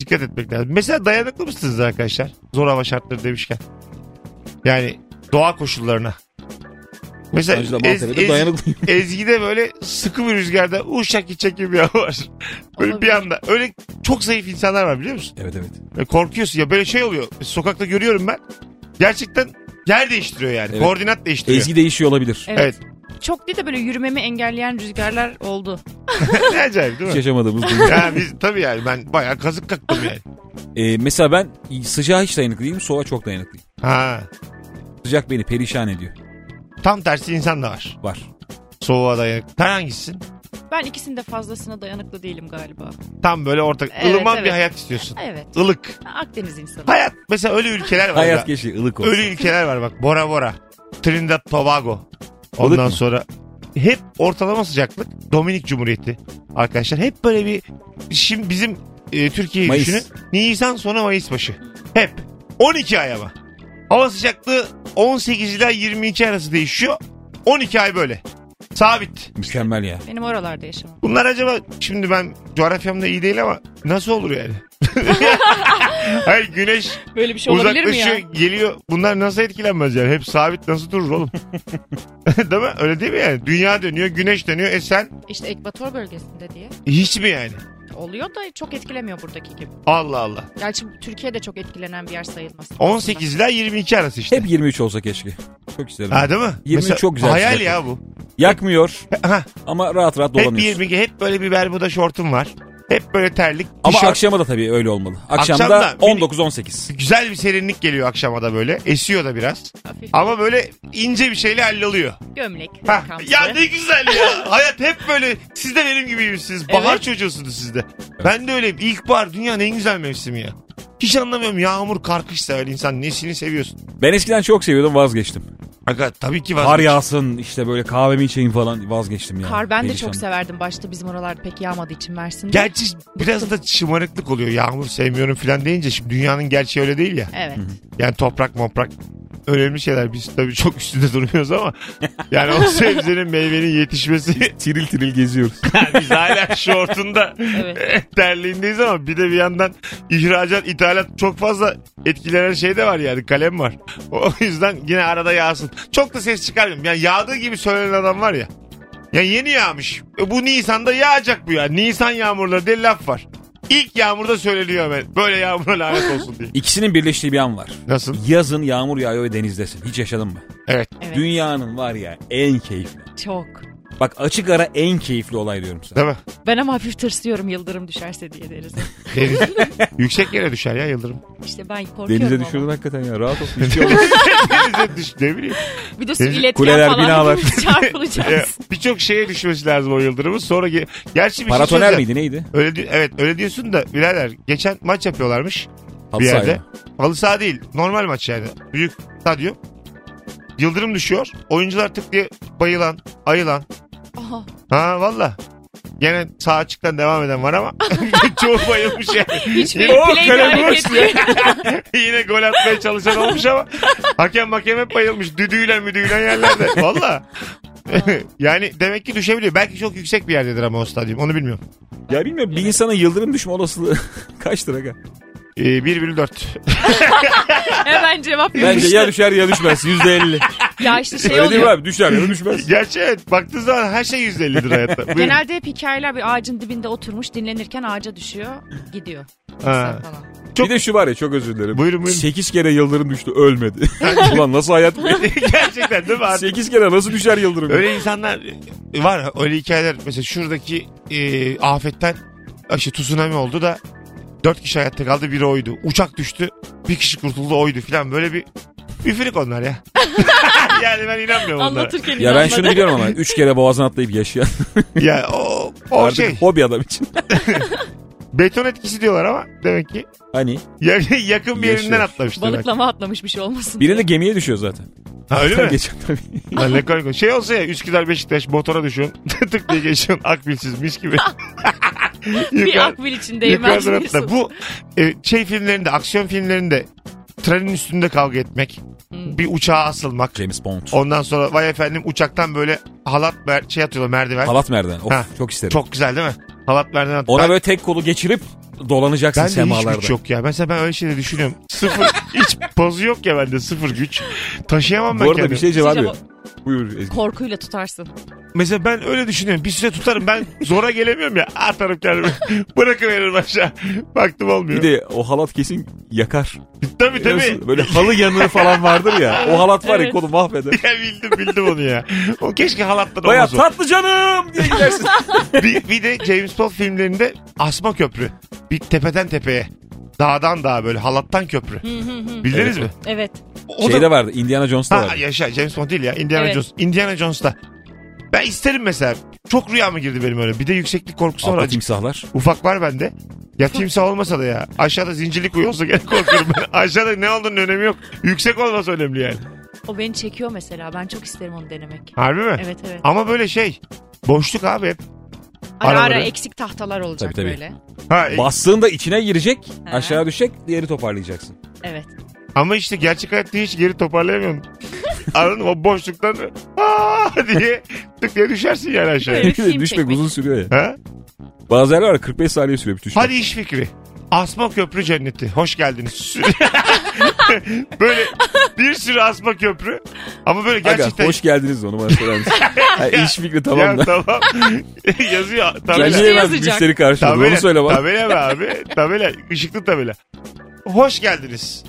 Speaker 2: Dikkat etmek lazım. Mesela dayanıklı mısınız arkadaşlar? Zor hava şartları demişken. Yani doğa koşullarına. Mesela
Speaker 1: Ajda
Speaker 2: Ez-
Speaker 1: Maltepe'de
Speaker 2: Ez-
Speaker 1: dayanıklıyım.
Speaker 2: [laughs] Ezgi'de böyle sıkı bir rüzgarda uşak gidecek gibi bir hava var. [laughs] Böyle bir
Speaker 3: Olabilir.
Speaker 2: anda. Öyle çok zayıf insanlar var biliyor musun?
Speaker 1: Evet evet.
Speaker 2: Böyle korkuyorsun ya böyle şey oluyor. Sokakta görüyorum ben. Gerçekten yer değiştiriyor yani.
Speaker 1: Evet.
Speaker 2: Koordinat değiştiriyor.
Speaker 1: Ezgi değişiyor olabilir.
Speaker 3: Evet.
Speaker 2: Evet.
Speaker 3: Çok değil de böyle yürümemi engelleyen rüzgarlar oldu.
Speaker 2: ne acayip değil
Speaker 1: Hiç
Speaker 2: mi?
Speaker 1: yaşamadığımız duygu.
Speaker 2: Ya biz, tabii yani ben bayağı kazık kaktım yani.
Speaker 1: Ee, mesela ben sıcağa hiç dayanıklı değilim, soğuğa çok dayanıklıyım.
Speaker 2: Ha.
Speaker 1: Sıcak beni perişan ediyor.
Speaker 2: Tam tersi insan da var.
Speaker 1: Var.
Speaker 2: Soğuğa dayanık. Sen hangisisin?
Speaker 3: Ben ikisinde fazlasına dayanıklı değilim galiba.
Speaker 2: Tam böyle ortak.
Speaker 3: Evet,
Speaker 2: ılıman bir
Speaker 3: evet.
Speaker 2: hayat istiyorsun.
Speaker 3: Evet.
Speaker 2: Ilık.
Speaker 3: Ben Akdeniz insanı.
Speaker 2: Hayat. Mesela öyle ülkeler var.
Speaker 1: Hayat
Speaker 2: ya.
Speaker 1: geçiyor ılık olsun.
Speaker 2: Öyle ülkeler var bak. Bora Bora. Trinidad Tobago. Ondan
Speaker 1: mu?
Speaker 2: sonra hep ortalama sıcaklık. Dominik Cumhuriyeti. Arkadaşlar hep böyle bir şimdi bizim e, Türkiye'yi
Speaker 1: Mayıs.
Speaker 2: düşünün. Nisan sonu Mayıs başı. Hep. 12 ay ama. Hava sıcaklığı 18 ila 22 arası değişiyor. 12 ay böyle. Sabit.
Speaker 1: şey. Mükemmel ya.
Speaker 3: Benim oralarda yaşamam.
Speaker 2: Bunlar acaba şimdi ben coğrafyamda iyi değil ama nasıl olur yani? [laughs] Hayır güneş
Speaker 3: Böyle bir şey olabilir mi
Speaker 2: uzaklaşıyor
Speaker 3: ya?
Speaker 2: geliyor. Bunlar nasıl etkilenmez yani? Hep sabit nasıl durur
Speaker 3: [laughs]
Speaker 2: oğlum? değil mi? Öyle değil mi yani? Dünya dönüyor, güneş dönüyor. E sen
Speaker 3: İşte ekvator bölgesinde diye.
Speaker 2: hiç mi yani?
Speaker 3: Oluyor da çok etkilemiyor buradaki gibi.
Speaker 2: Allah Allah.
Speaker 3: Gerçi Türkiye de çok etkilenen bir yer sayılmaz. aslında.
Speaker 2: 18 ile 22 arası işte.
Speaker 1: Hep 23 olsa keşke. Çok isterim.
Speaker 2: Ha değil mi?
Speaker 1: 23 çok güzel
Speaker 2: Hayal
Speaker 1: sıcaklık.
Speaker 2: ya bu.
Speaker 1: Yakmıyor
Speaker 2: Ha,
Speaker 1: ama rahat rahat
Speaker 2: hep
Speaker 1: dolanıyorsun.
Speaker 2: 22, hep böyle bir bermuda şortum var. Hep böyle terlik.
Speaker 1: Ama
Speaker 2: tişört.
Speaker 1: akşama da tabii öyle olmalı. Akşamda
Speaker 2: Akşam da-
Speaker 1: 19-18.
Speaker 2: Güzel bir serinlik geliyor akşama da böyle. Esiyor da biraz.
Speaker 3: Hafif
Speaker 2: Ama böyle ince bir şeyle halloluyor.
Speaker 3: gömlek.
Speaker 2: Hah,
Speaker 3: kamçı.
Speaker 2: ya ne güzel ya. Hayat hep böyle. Siz de benim gibiymişsiniz. Bahar
Speaker 3: Evet.
Speaker 2: çocuğusunuz siz de. Ben de öyleyim. İlkbahar dünyanın en güzel mevsimi ya. Hiç anlamıyorum yağmur karkış sever insan nesini seviyorsun.
Speaker 1: Ben eskiden çok seviyordum vazgeçtim.
Speaker 2: Aga tabii ki
Speaker 1: Kar
Speaker 2: var.
Speaker 1: yağsın işte böyle kahvemi içeyim falan vazgeçtim yani.
Speaker 3: Kar ben de
Speaker 1: Perişan.
Speaker 3: çok severdim başta bizim oralarda pek yağmadığı için Mersin'de.
Speaker 2: Gerçi biraz da şımarıklık oluyor yağmur sevmiyorum falan deyince. Şimdi dünyanın gerçeği öyle değil ya.
Speaker 3: Evet.
Speaker 2: Yani toprak moprak önemli şeyler. Biz tabii çok üstünde durmuyoruz ama. Yani o [laughs] sebzenin meyvenin yetişmesi.
Speaker 1: Tiril tiril geziyoruz.
Speaker 2: Biz hala şortunda
Speaker 3: Evet.
Speaker 2: [laughs] terliğindeyiz ama bir de bir yandan ihracat, ithalat çok fazla etkilenen şey de var yani kalem var. O yüzden yine arada yağsın. Çok da ses çıkarmıyorum. Yani yağdığı gibi söylenen adam var ya. Ya yeni yağmış. E bu Nisan'da yağacak bu ya. Nisan yağmurları diye laf var. İlk yağmurda söyleniyor hemen. Böyle yağmura lanet olsun diye.
Speaker 1: [laughs] İkisinin birleştiği bir an var.
Speaker 2: Nasıl?
Speaker 1: Yazın yağmur yağıyor ve denizdesin. Hiç yaşadın mı?
Speaker 2: Evet.
Speaker 3: Evet.
Speaker 1: Dünyanın var ya en keyifli.
Speaker 3: Çok.
Speaker 1: Bak açık ara en keyifli olay diyorum sana.
Speaker 2: Değil mi?
Speaker 3: Ben ama hafif tırsıyorum yıldırım düşerse
Speaker 1: [laughs]
Speaker 3: diye deriz.
Speaker 2: Deniz. Yüksek yere düşer ya yıldırım.
Speaker 3: İşte ben korkuyorum
Speaker 1: Denize
Speaker 3: ama.
Speaker 1: düşüyordun hakikaten ya rahat
Speaker 2: [laughs]
Speaker 1: ol.
Speaker 2: şey Denize düş. Ne bileyim.
Speaker 3: Bir de su
Speaker 2: Deniz-
Speaker 3: iletken
Speaker 1: Kuleler,
Speaker 3: falan
Speaker 1: binalar.
Speaker 2: [laughs] Ya,
Speaker 3: [laughs] çarpılacağız.
Speaker 2: Birçok şeye düşmesi lazım o yıldırımın. Sonra ge- gerçi bir şey
Speaker 1: Paratoner
Speaker 2: söyleyeceğim.
Speaker 1: miydi neydi?
Speaker 2: Öyle di- evet öyle diyorsun da birader geçen maç yapıyorlarmış
Speaker 1: Halı
Speaker 2: bir
Speaker 1: sahaya.
Speaker 2: yerde. Halı saha değil normal maç yani. Büyük stadyum. Yıldırım düşüyor. Oyuncular tık diye bayılan, ayılan.
Speaker 3: Aha.
Speaker 2: Ha valla. Gene sağ açıktan devam eden var ama [laughs] çoğu bayılmış
Speaker 3: [laughs]
Speaker 2: yani.
Speaker 3: Hiçbir
Speaker 2: Yine-
Speaker 3: play bir
Speaker 2: kale
Speaker 3: hareket
Speaker 2: boş ya. [laughs] Yine gol atmaya çalışan olmuş ama hakem hakem hep bayılmış. Düdüğüyle müdüğüyle yerlerde. Valla. [laughs] yani demek ki düşebiliyor. Belki çok yüksek bir yerdedir ama o stadyum. Onu bilmiyorum.
Speaker 1: Ya bilmiyorum bir insanın yıldırım düşme olasılığı [laughs] kaç lira? aga?
Speaker 2: Ee, 1 bölü
Speaker 3: [laughs]
Speaker 2: 4.
Speaker 3: Hemen cevap
Speaker 1: Bence
Speaker 3: yapıştı.
Speaker 1: ya düşer ya düşmez. Yüzde
Speaker 2: [laughs]
Speaker 1: elli.
Speaker 3: Ya işte şey
Speaker 1: Öyle değil mi
Speaker 3: oluyor.
Speaker 1: abi? Düşer ya düşmez.
Speaker 2: Gerçi evet. Baktığın zaman her şey 150 lira hayatta. Buyurun.
Speaker 3: Genelde hep hikayeler bir ağacın dibinde oturmuş dinlenirken ağaca düşüyor gidiyor.
Speaker 2: Ha.
Speaker 3: Falan.
Speaker 1: Bir de şu var ya çok özür dilerim.
Speaker 2: Buyurun
Speaker 3: [laughs]
Speaker 2: buyurun.
Speaker 1: 8 kere yıldırım düştü
Speaker 2: [laughs]
Speaker 1: ölmedi. Ulan nasıl hayat?
Speaker 2: Gerçekten
Speaker 3: [laughs]
Speaker 2: değil mi? Artık
Speaker 1: 8 kere nasıl düşer yıldırım?
Speaker 2: Öyle insanlar var öyle hikayeler mesela şuradaki e, afetten e, işte tsunami oldu da dört kişi hayatta kaldı biri oydu. Uçak düştü bir kişi kurtuldu oydu filan böyle bir üfürük onlar ya. yani ben inanmıyorum onlara.
Speaker 3: Anlatırken
Speaker 1: Ya ben şunu
Speaker 3: inanmadı.
Speaker 1: biliyorum ama 3 kere boğazdan atlayıp yaşayan
Speaker 2: Ya o, o
Speaker 1: artık
Speaker 2: şey
Speaker 1: hobi adam için.
Speaker 2: beton etkisi diyorlar ama demek ki
Speaker 1: Hani
Speaker 2: ya- [laughs] yakın bir yerinden
Speaker 1: Yaşıyor.
Speaker 2: atlamıştı.
Speaker 3: Balıklama atlamış bir şey olmasın.
Speaker 1: biri de gemiye düşüyor zaten.
Speaker 2: Ha, öyle mi?
Speaker 1: Geçen [laughs] tabii.
Speaker 2: Lan ne komik. Şey olsa ya Üsküdar Beşiktaş motora düşüyorsun [laughs] tık diye geçiyorsun akbilsiz mis gibi.
Speaker 3: [laughs]
Speaker 2: [laughs]
Speaker 3: bir
Speaker 2: Yukarı-
Speaker 3: akbil için
Speaker 2: Yukarı
Speaker 3: [laughs] değmez
Speaker 2: tarafta.
Speaker 3: diyorsun.
Speaker 2: Bu e, şey filmlerinde, aksiyon filmlerinde trenin üstünde kavga etmek,
Speaker 3: Hmm.
Speaker 2: bir uçağa asılmak.
Speaker 1: James Bond.
Speaker 2: Ondan sonra vay efendim uçaktan böyle halat mer- şey atıyorlar merdiven.
Speaker 1: Halat merdiven. Of,
Speaker 2: Ha.
Speaker 1: çok isterim.
Speaker 2: Çok güzel değil mi? Halat merdiven atıyor.
Speaker 1: Ona
Speaker 2: Ben,
Speaker 1: böyle tek kolu geçirip dolanacaksın
Speaker 2: ben de hiç
Speaker 1: semalarda.
Speaker 2: güç yok ya. Mesela ben öyle şeyleri düşünüyorum.
Speaker 1: [laughs]
Speaker 2: Sıfır, hiç pozu yok ya bende sıfır güç. Taşıyamam ben
Speaker 1: Bu arada
Speaker 2: kendimi.
Speaker 1: bir şey cevap
Speaker 3: Sizce
Speaker 1: yok. Buyur Ezgi.
Speaker 3: Korkuyla tutarsın.
Speaker 2: Mesela ben öyle düşünüyorum. Bir süre tutarım ben zora gelemiyorum ya. Atarım kendimi. [laughs] Bırakıveririm aşağı. Baktım olmuyor.
Speaker 1: Bir de o halat kesin yakar.
Speaker 2: Tabii tabii.
Speaker 1: Biliyorsun, Böyle halı yanığı falan vardır ya. O halat var ya
Speaker 3: Evet.
Speaker 1: kolu
Speaker 2: [laughs]
Speaker 1: mahveder.
Speaker 2: Ya bildim bildim onu ya. O keşke halattan
Speaker 1: Baya
Speaker 2: olmaz o.
Speaker 1: tatlı canım diye
Speaker 3: [laughs]
Speaker 1: gidersin.
Speaker 2: bir, bir de James Bond filmlerinde asma köprü. Bir tepeden tepeye. Dağdan dağa böyle halattan köprü. Bildiniz mi?
Speaker 3: Evet.
Speaker 2: O
Speaker 1: Şeyde
Speaker 2: da...
Speaker 1: Şey vardı Indiana Jones'ta
Speaker 2: Ha,
Speaker 1: vardı.
Speaker 2: yaşa James Bond değil ya. Indiana
Speaker 3: Evet.
Speaker 2: Jones. Indiana Jones'ta. Ben isterim mesela. Çok rüyama girdi benim öyle. Bir de yükseklik korkusu var.
Speaker 1: Atlı
Speaker 2: Acık.
Speaker 1: timsahlar.
Speaker 2: Ufak var bende. Ya timsah olmasa da ya. Aşağıda zincirli kuyu olsa gene korkuyorum. ben. [laughs] Aşağıda ne olduğunun önemi yok. Yüksek olması önemli yani.
Speaker 3: O beni çekiyor mesela. Ben çok isterim onu denemek.
Speaker 2: Harbi mi?
Speaker 3: Evet evet.
Speaker 2: Ama böyle şey. Boşluk abi hep.
Speaker 3: Ara ara
Speaker 2: araları-
Speaker 3: eksik tahtalar olacak
Speaker 1: Tabii, tabii.
Speaker 3: böyle.
Speaker 2: Ha, e,
Speaker 1: Bastığında içine girecek,
Speaker 3: Ha.
Speaker 1: aşağı düşecek, diğeri toparlayacaksın.
Speaker 3: Evet.
Speaker 2: Ama işte gerçek hayatta hiç geri toparlayamıyorum. Anladın mı? O boşluktan aa diye tık diye düşersin yani aşağıya.
Speaker 3: Evet. film
Speaker 1: Düşmek
Speaker 3: çekmek.
Speaker 1: uzun sürüyor ya.
Speaker 2: ha?
Speaker 1: Bazı yerler var 45 saniye sürüyor düşmek.
Speaker 2: Hadi iş fikri. Asma köprü cenneti. Hoş geldiniz. [laughs] böyle bir sürü asma köprü. Ama böyle
Speaker 1: Aga,
Speaker 2: gerçekten...
Speaker 1: hoş geldiniz onu bana söyler
Speaker 2: [laughs]
Speaker 1: misin? Ha, İş fikri tamam
Speaker 2: ya,
Speaker 1: da.
Speaker 2: tamam. [laughs] Yazıyor.
Speaker 1: Sen
Speaker 2: Tabela.
Speaker 1: niye ben
Speaker 3: Şey yazacak.
Speaker 1: müşteri karşılığında
Speaker 2: Tabela.
Speaker 1: onu söyle bana.
Speaker 2: Tabela be abi. Tabela. Işıklı tabela. Hoş geldiniz.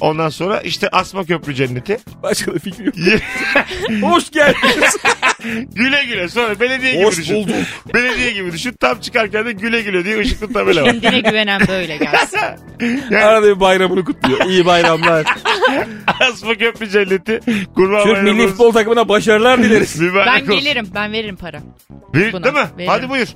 Speaker 2: Ondan sonra işte asma köprü cenneti.
Speaker 1: Başka da fikri yok. hoş
Speaker 2: [laughs]
Speaker 1: geldiniz.
Speaker 2: Güle güle sonra belediye gibi
Speaker 1: hoş
Speaker 2: düşün.
Speaker 1: bulduk.
Speaker 2: Belediye gibi düşün. Tam çıkarken de güle güle diye ışıklı tabela
Speaker 3: [laughs]
Speaker 2: var.
Speaker 3: Kendine güvenen
Speaker 2: [laughs]
Speaker 3: böyle gelsin.
Speaker 2: Yani
Speaker 1: Arada bir bayramını kutluyor. İyi bayramlar.
Speaker 2: Asma Köprü Cenneti. Kurban
Speaker 1: Türk milli
Speaker 2: bayramımız.
Speaker 1: futbol takımına
Speaker 2: [laughs]
Speaker 1: başarılar dileriz.
Speaker 2: Mübarek
Speaker 3: ben
Speaker 2: olsun.
Speaker 3: gelirim. Ben veririm para.
Speaker 2: Bir-
Speaker 3: buna,
Speaker 2: değil mi?
Speaker 3: veririm.
Speaker 2: Hadi buyur.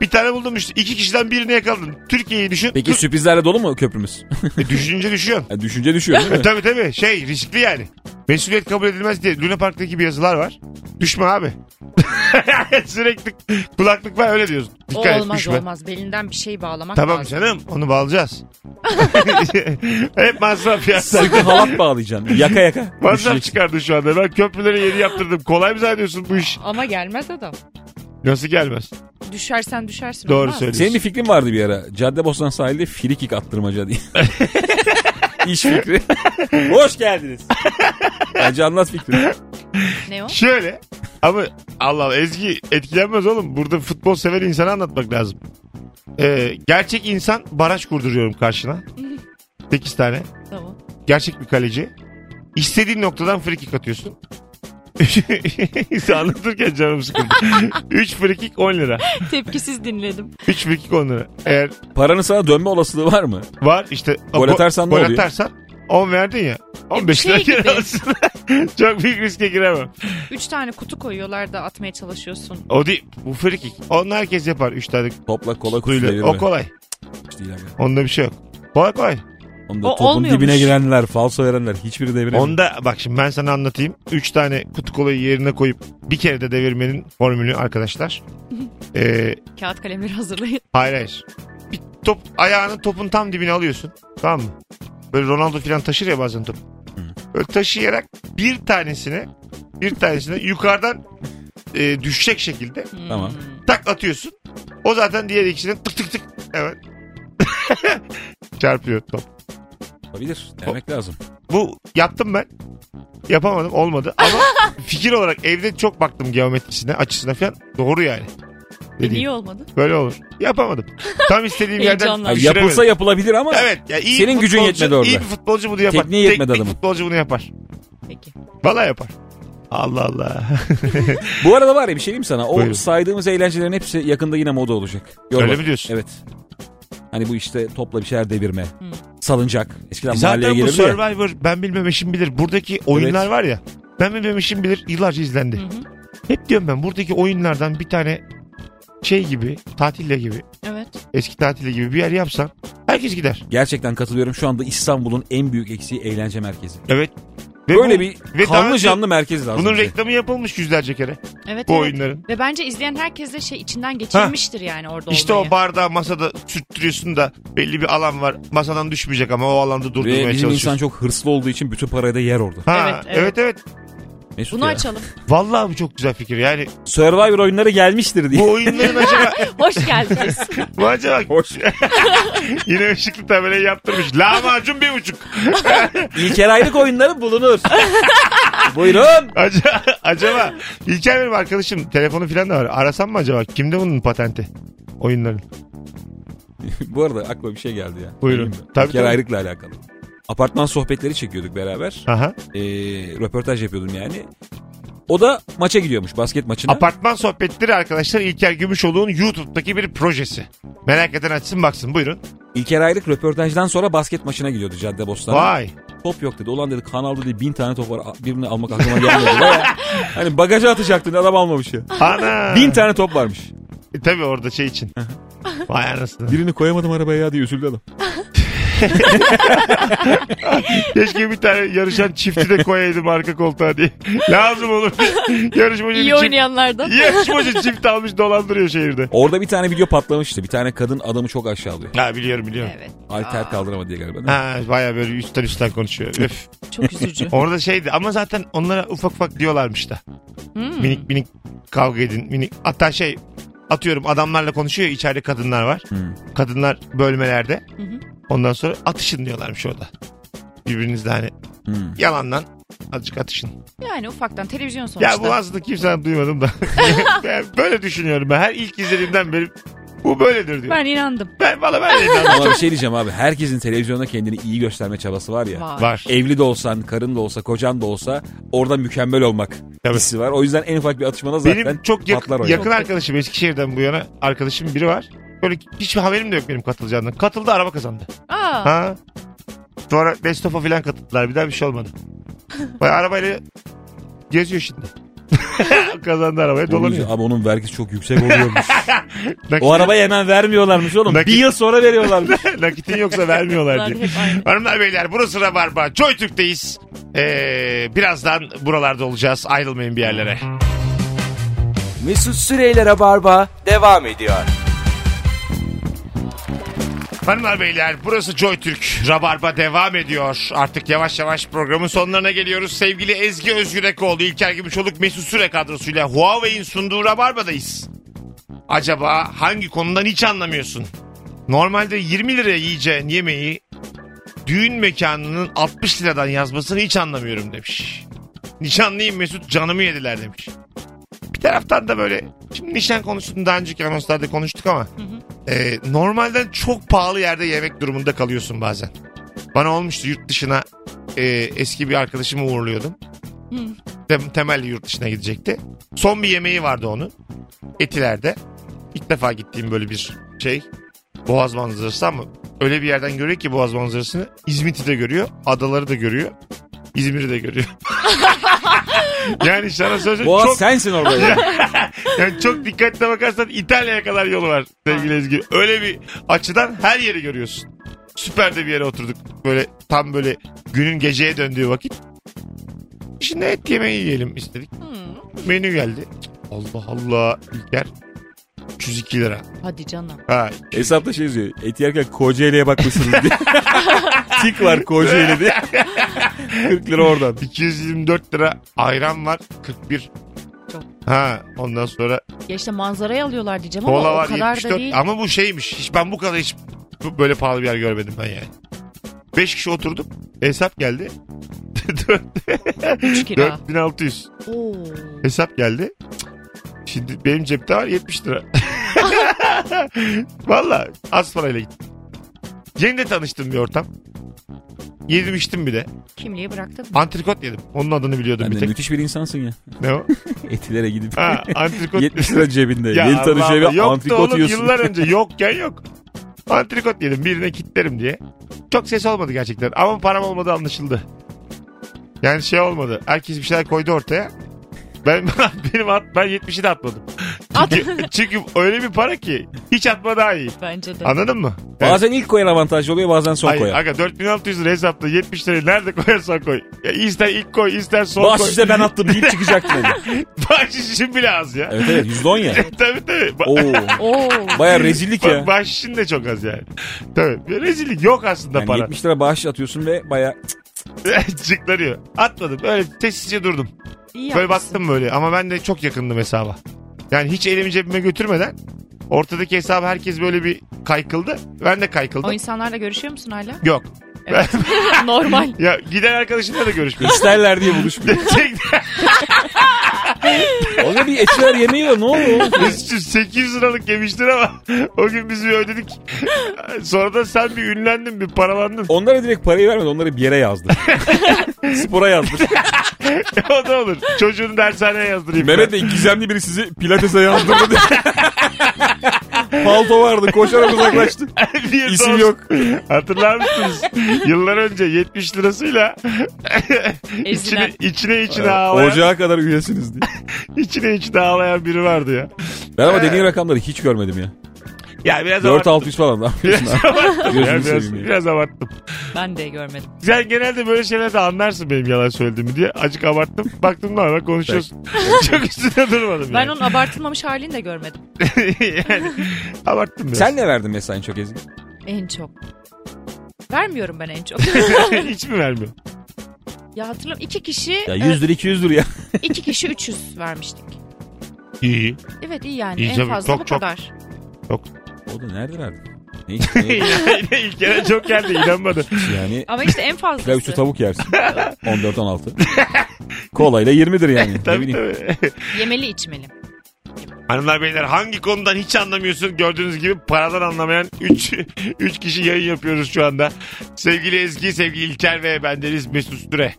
Speaker 2: Bir tane buldum işte. İki kişiden birini yakaladın. Türkiye'yi düşün.
Speaker 1: Peki
Speaker 2: Tür-
Speaker 1: sürprizlerle dolu mu köprümüz?
Speaker 2: E, düşünce düşüyorsun.
Speaker 1: Ya düşünce düşüyor
Speaker 2: [laughs]
Speaker 1: değil mi?
Speaker 2: tabii tabii. Şey riskli yani. Mesuliyet kabul edilmez diye Luna Park'taki bir yazılar var. Düşme abi. [laughs] Sürekli kulaklık var öyle diyorsun.
Speaker 3: O
Speaker 2: Dikkat et
Speaker 3: olmaz
Speaker 2: düşme.
Speaker 3: olmaz. Belinden bir şey bağlamak
Speaker 2: Tamam
Speaker 3: lazım.
Speaker 2: canım onu bağlayacağız. [laughs] Hep masraf ya.
Speaker 1: Sıkı halat bağlayacaksın. Yaka
Speaker 2: [laughs]
Speaker 1: yaka.
Speaker 2: Masraf
Speaker 1: Düşecek.
Speaker 2: çıkardı şu anda. Ben köprüleri yeni yaptırdım. Kolay mı zannediyorsun bu iş?
Speaker 3: Ama gelmez adam.
Speaker 2: Nasıl gelmez?
Speaker 3: Düşersen düşersin.
Speaker 2: Doğru
Speaker 3: olmaz.
Speaker 2: söylüyorsun.
Speaker 1: Senin bir fikrin vardı bir ara. Caddebostan sahilde frikik attırmaca
Speaker 2: [laughs]
Speaker 1: diye. İş fikri. Hoş geldiniz. Bence anlat fikrini.
Speaker 2: [laughs]
Speaker 3: Ne o?
Speaker 2: Şöyle ama Allah Allah, Ezgi etkilenmez oğlum. Burada futbol sever insanı anlatmak lazım. Ee, gerçek insan baraj kurduruyorum karşına. 8 tane.
Speaker 3: Tamam.
Speaker 2: Gerçek bir kaleci. İstediğin noktadan frikik atıyorsun. [laughs] Anlatırken canım sıkıldı. 3 frikik 10 lira.
Speaker 3: Tepkisiz dinledim.
Speaker 2: 3 frikik 10 lira. Eğer
Speaker 1: Paranın sana dönme olasılığı var mı?
Speaker 2: var işte.
Speaker 1: Gol atarsan ne
Speaker 2: gol
Speaker 1: oluyor?
Speaker 2: atarsan 10 verdin ya. 15
Speaker 3: şey
Speaker 2: lira geri
Speaker 3: gibi.
Speaker 2: alırsın. [laughs] Çok büyük riske giremem.
Speaker 3: Üç tane kutu koyuyorlar da atmaya çalışıyorsun.
Speaker 2: O değil. Bu frikik. Onu herkes yapar. 3 tane
Speaker 1: Topla kola kutu
Speaker 2: kuyla.
Speaker 1: devirme.
Speaker 2: O kolay.
Speaker 1: Hiç değil abi.
Speaker 2: Onda bir şey yok. Kolay kolay.
Speaker 1: Onda
Speaker 3: O
Speaker 1: topun
Speaker 3: olmuyormuş.
Speaker 1: dibine girenler, falso verenler hiçbiri devire.
Speaker 2: Onda bak şimdi ben sana anlatayım. Üç tane kutu kolayı yerine koyup bir kere de devirmenin formülü
Speaker 3: [laughs]
Speaker 2: arkadaşlar. Ee,
Speaker 3: Kağıt kalemleri [laughs] hazırlayın.
Speaker 2: hayır hayır. Bir top, ayağını topun tam dibine alıyorsun. Tamam mı? Böyle Ronaldo falan taşır ya bazen top. Böyle taşıyarak bir tanesini bir tanesini yukarıdan e, düşecek şekilde
Speaker 3: Hmm. E,
Speaker 1: Tamam.
Speaker 2: tak atıyorsun. O zaten diğer ikisini tık tık tık evet. [laughs] Çarpıyor top.
Speaker 1: Olabilir. Demek lazım.
Speaker 2: Bu yaptım ben. Yapamadım olmadı ama fikir olarak evde çok baktım geometrisine açısına falan doğru yani.
Speaker 3: E,
Speaker 2: Dediğim.
Speaker 3: niye olmadı?
Speaker 2: Böyle olur. Yapamadım. Tam istediğim yerden
Speaker 3: Heyecanla.
Speaker 1: Ha,
Speaker 2: düşüremedim.
Speaker 1: yapılsa yapılabilir ama
Speaker 2: Evet. ya iyi
Speaker 1: Senin
Speaker 2: bir
Speaker 1: gücün
Speaker 2: futbolcu-
Speaker 1: yetmedi orada.
Speaker 2: İyi bir futbolcu bunu yapar.
Speaker 1: Tekniği yetmedi
Speaker 2: Teknik
Speaker 1: adamın.
Speaker 2: futbolcu bunu yapar.
Speaker 3: Peki.
Speaker 2: Valla yapar. Allah Allah.
Speaker 1: bu arada var ya bir şey diyeyim sana. O
Speaker 2: Buyurun.
Speaker 1: saydığımız eğlencelerin hepsi yakında yine moda olacak. Gör
Speaker 2: Öyle
Speaker 1: bak.
Speaker 2: mi diyorsun?
Speaker 1: Evet. Hani bu işte topla bir şeyler devirme. Salıncak. Eskiden mahalleye
Speaker 2: [laughs] E Zaten bu
Speaker 1: gelirdi [laughs] ya.
Speaker 2: Survivor ben bilmem eşim bilir. Buradaki oyunlar var ya. Ben bilmem eşim bilir yıllarca izlendi.
Speaker 3: Hı hı.
Speaker 2: Hep diyorum ben buradaki oyunlardan bir tane şey gibi tatille gibi
Speaker 3: Evet.
Speaker 2: eski tatili gibi bir yer yapsan herkes gider.
Speaker 1: Gerçekten katılıyorum. Şu anda İstanbul'un en büyük eksiği eğlence merkezi.
Speaker 2: Evet. Ve
Speaker 1: Böyle
Speaker 2: bu-
Speaker 1: bir
Speaker 2: ve daha
Speaker 1: kanlı
Speaker 2: önce
Speaker 1: canlı merkez lazım.
Speaker 2: Bunun
Speaker 1: bize.
Speaker 2: reklamı yapılmış yüzlerce kere
Speaker 3: Evet.
Speaker 2: bu
Speaker 3: evet.
Speaker 2: oyunların.
Speaker 3: Ve bence izleyen herkes de şey içinden geçirmiştir yani orada
Speaker 2: İşte
Speaker 3: olmayı.
Speaker 2: o bardağı masada sürttürüyorsun da belli bir alan var. Masadan düşmeyecek ama o alanda
Speaker 1: Ve
Speaker 2: durdurmaya
Speaker 1: bizim insan
Speaker 2: çalışıyorsun.
Speaker 1: çok hırslı olduğu için bütün parayı da yer orada.
Speaker 2: Ha,
Speaker 3: Evet, evet.
Speaker 2: evet evet.
Speaker 1: Mesut
Speaker 3: Bunu
Speaker 1: ya.
Speaker 3: açalım.
Speaker 2: Vallahi bu çok güzel fikir. Yani
Speaker 1: Survivor oyunları gelmiştir diye.
Speaker 2: bu oyunların
Speaker 3: [laughs]
Speaker 2: acaba [laughs]
Speaker 3: Hoş geldiniz.
Speaker 2: bu acaba
Speaker 1: Hoş.
Speaker 2: yine ışıklı tabelayı yaptırmış. Lahmacun bir buçuk.
Speaker 1: [laughs] İlker Aylık oyunları
Speaker 3: [laughs]
Speaker 1: bulunur. Buyurun.
Speaker 2: Acaba, acaba İlker benim arkadaşım telefonu falan da var. Arasam mı acaba? Kimde bunun patenti? Oyunların.
Speaker 1: Bu arada aklıma bir şey geldi ya.
Speaker 2: Buyurun.
Speaker 1: Söyleyeyim mi?
Speaker 2: Tabii,
Speaker 1: İlker
Speaker 2: tabii.
Speaker 1: Ayrık'la alakalı. Apartman sohbetleri çekiyorduk beraber.
Speaker 2: Aha.
Speaker 1: Ee, röportaj yapıyordum yani. O da maça gidiyormuş basket maçına.
Speaker 2: Apartman sohbetleri arkadaşlar İlker Gümüşoğlu'nun YouTube'daki bir projesi. Merak eden açsın baksın buyurun.
Speaker 1: İlker Ayrık röportajdan sonra basket maçına gidiyordu Caddebostan'a.
Speaker 2: Vay.
Speaker 1: Top yok dedi. Ulan dedi kanalda dedi bin tane top var a- birini almak aklıma gelmedi. [laughs] Baya- hani bagaja atacaktın adam almamış ya.
Speaker 2: Ana.
Speaker 1: Bin tane top varmış.
Speaker 2: E, tabii orada şey için. Vay anasını.
Speaker 1: Birini koyamadım arabaya ya diye üzüldü adam.
Speaker 2: Keşke bir tane yarışan çifti de koyaydım arka koltuğa diye. Lazım
Speaker 3: [laughs]
Speaker 2: olur. Yarışmacı
Speaker 3: İyi
Speaker 2: bir çift.
Speaker 3: oynayanlardan.
Speaker 2: Yarışmacı çift almış dolandırıyor şehirde.
Speaker 1: Orada bir tane video patlamıştı. Bir tane kadın adamı çok aşağılıyor.
Speaker 2: Ha biliyorum biliyorum.
Speaker 3: Evet.
Speaker 1: Alter kaldıramadı diye galiba. değil mi?
Speaker 2: Ha baya böyle üstten üstten konuşuyor. Öf.
Speaker 3: Çok üzücü.
Speaker 2: Orada şeydi ama zaten onlara ufak ufak diyorlarmış da.
Speaker 3: Hmm.
Speaker 2: Minik minik kavga edin. Minik hatta şey atıyorum adamlarla konuşuyor ya, içeride kadınlar var.
Speaker 1: Hmm.
Speaker 2: Kadınlar bölmelerde.
Speaker 3: hı.
Speaker 2: Ondan sonra atışın diyorlarmış orada. Birbirinizle hani
Speaker 1: Hmm.
Speaker 2: yalandan azıcık atışın.
Speaker 3: Yani ufaktan televizyon sonuçta.
Speaker 2: Ya bu aslında kimseden duymadım [laughs] da. Ben böyle düşünüyorum ben. Her ilk izlediğimden beri bu böyledir diyor. Ben,
Speaker 3: Ben inandım.
Speaker 2: valla ben de [laughs] inandım.
Speaker 1: Ama bir şey diyeceğim abi. Herkesin televizyonda kendini iyi gösterme çabası var ya.
Speaker 3: Vay.
Speaker 2: Var.
Speaker 1: Evli de olsan, karın da olsa, kocan da olsa orada mükemmel olmak
Speaker 2: Tabii.
Speaker 1: hissi var. O yüzden en ufak bir atışmada zaten
Speaker 2: Benim çok yak-
Speaker 1: patlar o yani.
Speaker 2: yakın arkadaşım Eskişehir'den bu yana arkadaşım biri var. Böyle hiçbir haberim de yok benim katılacağından. Katıldı araba kazandı.
Speaker 3: Aa,
Speaker 2: Ha. Sonra Best of'a falan katıldılar. Bir daha bir şey olmadı. Baya arabayla geziyor [laughs] şimdi. Kazandı arabaya
Speaker 1: Onun-
Speaker 2: dolanıyor.
Speaker 1: Abi onun vergisi çok yüksek oluyormuş.
Speaker 2: Nakit-
Speaker 1: o arabayı hemen vermiyorlarmış oğlum.
Speaker 2: Nakit-
Speaker 1: Bir yıl sonra
Speaker 2: [laughs]
Speaker 1: veriyorlarmış.
Speaker 2: Nakitin yoksa vermiyorlar
Speaker 3: bunlar
Speaker 2: diye.
Speaker 3: hep aynı.
Speaker 2: Hanımlar beyler burası Rabarba. Joy Türk'teyiz. Ee, birazdan buralarda olacağız. Ayrılmayın bir yerlere.
Speaker 4: Mesut Süreyler'e barba devam ediyor.
Speaker 2: Hanımlar beyler burası Joy Türk. Rabarba devam ediyor. Artık yavaş yavaş programın sonlarına geliyoruz. Sevgili Ezgi Özgürekoğlu, İlker Gümüşoluk, Mesut Süre kadrosuyla Huawei'in sunduğu Rabarba'dayız. Acaba hangi konudan hiç anlamıyorsun? Normalde 20 liraya yiyeceğin yemeği düğün mekanının 60 liradan yazmasını hiç anlamıyorum demiş. Nişanlıyım Mesut canımı yediler demiş. Bir taraftan da böyle şimdi nişan konusunu daha önceki anonslarda konuştuk ama e, normalden çok pahalı yerde yemek durumunda kalıyorsun bazen. Bana olmuştu yurt dışına e, eski bir arkadaşımı uğurluyordum.
Speaker 3: Hı.
Speaker 2: Tem- temelli yurt dışına gidecekti. Son bir yemeği vardı onun. Etiler'de. İlk defa gittiğim böyle bir şey. Boğaz manzarası ama öyle bir yerden görüyor ki Boğaz manzarasını. İzmit'i de görüyor. Adaları da görüyor. İzmir'i de görüyor. yani sana söz
Speaker 1: Boğaz
Speaker 2: çok,
Speaker 1: sensin orada. ya.
Speaker 2: yani çok dikkatle bakarsan İtalya'ya kadar yolu var sevgili Ezgi. Öyle bir açıdan her yeri görüyorsun. Süper de bir yere oturduk. Böyle tam böyle günün geceye döndüğü vakit. Şimdi et yemeği yiyelim istedik.
Speaker 3: Hmm.
Speaker 2: Menü geldi. Allah Allah İlker. 302 lira.
Speaker 3: Hadi canım.
Speaker 2: Ha.
Speaker 1: Hesapta şey yazıyor. Et yerken Kocaeli'ye bakmışsınız
Speaker 2: [laughs]
Speaker 1: diye. Tik var Kocaeli diye. 40 lira oradan.
Speaker 2: 224 lira ayran var. 41.
Speaker 3: Çok.
Speaker 2: Ha ondan sonra
Speaker 3: Ya işte manzarayı alıyorlar diyeceğim ama
Speaker 2: kola
Speaker 3: o
Speaker 2: var
Speaker 3: kadar da
Speaker 2: 74.
Speaker 3: değil.
Speaker 2: Ama bu şeymiş. Hiç ben bu kadar hiç bu- böyle pahalı bir yer görmedim ben yani. 5 kişi oturdum. Hesap geldi. Dört-
Speaker 3: 3 kira.
Speaker 2: 4600.
Speaker 3: Oo.
Speaker 2: Hesap geldi. Şimdi benim cepte var 70 lira. [laughs] Valla az parayla gittim. Yeni de tanıştım bir ortam. Yedim içtim bir de. [laughs]
Speaker 3: Kimliği bıraktın mı?
Speaker 2: Antrikot yedim. Onun adını biliyordum
Speaker 1: Sen
Speaker 2: bir
Speaker 1: de
Speaker 2: tek.
Speaker 1: müthiş bir insansın ya.
Speaker 2: Ne o?
Speaker 1: Etilere
Speaker 2: [laughs]
Speaker 1: gidip.
Speaker 2: Ha,
Speaker 1: [laughs]
Speaker 2: antrikot.
Speaker 1: 70 lira cebinde.
Speaker 2: Ya
Speaker 1: Ee, Yeni
Speaker 2: Allah'ım,
Speaker 1: tanışıyor ve
Speaker 2: yoktu
Speaker 1: antrikot
Speaker 2: oğlum,
Speaker 1: yiyorsun. [laughs]
Speaker 2: Yıllar önce yokken yok. Antrikot yedim birine kitlerim diye. Çok ses olmadı gerçekten ama param olmadı anlaşıldı. Yani şey olmadı. Herkes bir şeyler koydu ortaya. Ben [laughs] benim at, ben 70'i de atmadım.
Speaker 3: At.
Speaker 2: Çünkü, çünkü öyle bir para ki hiç atma daha iyi.
Speaker 3: Bence de.
Speaker 2: Anladın mı? Yani-
Speaker 1: Bazen ilk koyan avantajlı oluyor bazen son
Speaker 2: Hayır,
Speaker 1: koyan.
Speaker 2: aga 4600 lira hesapta 70 lirayı nerede koyarsan koy. Ya ister ilk koy ister son koy.
Speaker 1: Bahşişte
Speaker 2: [laughs]
Speaker 1: ben attım deyip çıkacaktın. öyle.
Speaker 2: Bahşişin bile az ya.
Speaker 1: evet evet %10
Speaker 2: [laughs]
Speaker 1: ya.
Speaker 2: tabii tabii. Ba-
Speaker 1: Oo.
Speaker 3: Oo.
Speaker 1: Baya rezillik
Speaker 2: Bak
Speaker 1: ya.
Speaker 2: bahşişin de çok az yani. Tabii. Bir rezillik yok aslında
Speaker 1: Yani
Speaker 2: para.
Speaker 1: 70 lira bağış atıyorsun ve baya
Speaker 2: [laughs] Çıklanıyor. Atmadım. Öyle tesisçe durdum.
Speaker 3: İyi
Speaker 2: Böyle
Speaker 3: yapmışsın.
Speaker 2: baktım böyle ama ben de çok yakındım hesaba. Yani hiç elimi cebime götürmeden ortadaki hesaba herkes böyle bir kaykıldı. Ben de
Speaker 3: O
Speaker 2: kaykıldım.
Speaker 3: insanlarla görüşüyor musun hala? [laughs]
Speaker 2: Yok.
Speaker 3: Evet. Normal.
Speaker 2: Ya giden arkadaşımla
Speaker 1: [laughs]
Speaker 2: da görüşmüyorum.
Speaker 1: isterler diye
Speaker 2: [laughs]
Speaker 1: buluşmuyor.
Speaker 2: Tek-
Speaker 1: Orada bir etiler yemeği var ne oluyor?
Speaker 2: Mesut'cum 800 liralık yemiştir ama o gün biz bir ödedik. Sonra da sen bir ünlendin bir paralandın.
Speaker 1: Onlara direkt parayı vermedi onları bir yere yazdı. Spora yazdı.
Speaker 2: [laughs] o da olur. Çocuğunu dershaneye yazdırayım.
Speaker 1: Mehmet Bey gizemli biri sizi pilatese yazdırdı. Palto vardı koşarak uzaklaştı.
Speaker 2: [laughs] Bir
Speaker 1: İsim
Speaker 2: dost.
Speaker 1: yok.
Speaker 2: Hatırlar mısınız? Yıllar önce 70 lirasıyla [laughs] içine
Speaker 3: Ezilen.
Speaker 2: içine içine
Speaker 1: Ee,
Speaker 2: ağlayan,
Speaker 1: Ocağa kadar üyesiniz diye.
Speaker 2: içine içine ağlayan biri vardı ya.
Speaker 1: Ben ama dediğin rakamları hiç görmedim ya.
Speaker 2: Ya biraz abarttım.
Speaker 1: 4-600 falan. Ne yapıyorsun abi?
Speaker 2: Ya
Speaker 1: Gözünü
Speaker 2: biraz,
Speaker 1: seveyim ya.
Speaker 2: biraz abarttım.
Speaker 3: Ben de görmedim.
Speaker 2: Sen genelde böyle şeylerde anlarsın benim yalan söylediğimi diye. Acık abarttım. Baktım normal konuşuyorsun. Çok üstüne durmadım
Speaker 3: Ben
Speaker 2: yani.
Speaker 3: onun abartılmamış halini de görmedim.
Speaker 2: [laughs] yani abarttım biraz.
Speaker 1: Sen ne verdin mesela en çok Ezgi?
Speaker 3: En çok. Vermiyorum ben en
Speaker 2: [laughs]
Speaker 3: çok.
Speaker 2: [laughs] Hiç mi vermiyor?
Speaker 3: ya hatırlıyorum iki kişi
Speaker 1: Ya 100 lira 200 lira ya.
Speaker 3: e, iki kişi 300 vermiştik.
Speaker 2: İyi.
Speaker 3: Evet iyi yani
Speaker 2: İyi
Speaker 3: en
Speaker 2: tabii,
Speaker 3: fazla
Speaker 2: çok,
Speaker 3: bu
Speaker 2: çok.
Speaker 3: kadar.
Speaker 1: O da nerede verdin? Ne için? Ne için
Speaker 2: [laughs] İlk kere çok geldi inanmadı.
Speaker 1: yani?
Speaker 3: Ama işte en
Speaker 1: Ya üçlü
Speaker 3: fazlası.
Speaker 1: tavuk
Speaker 3: [laughs]
Speaker 1: yersin. 14-16. Kolayla 20'dir yani.
Speaker 3: [laughs]
Speaker 1: ne
Speaker 2: Tabii
Speaker 1: bileyim.
Speaker 2: tabii.
Speaker 3: Yemeli içmeli.
Speaker 2: Hanımlar beyler hangi konudan hiç anlamıyorsun? Gördüğünüz gibi paradan anlamayan [laughs] 3 3 kişi yayın yapıyoruz şu anda. Sevgili Ezgi, sevgili İlker ve bendeniz Mesut Süre.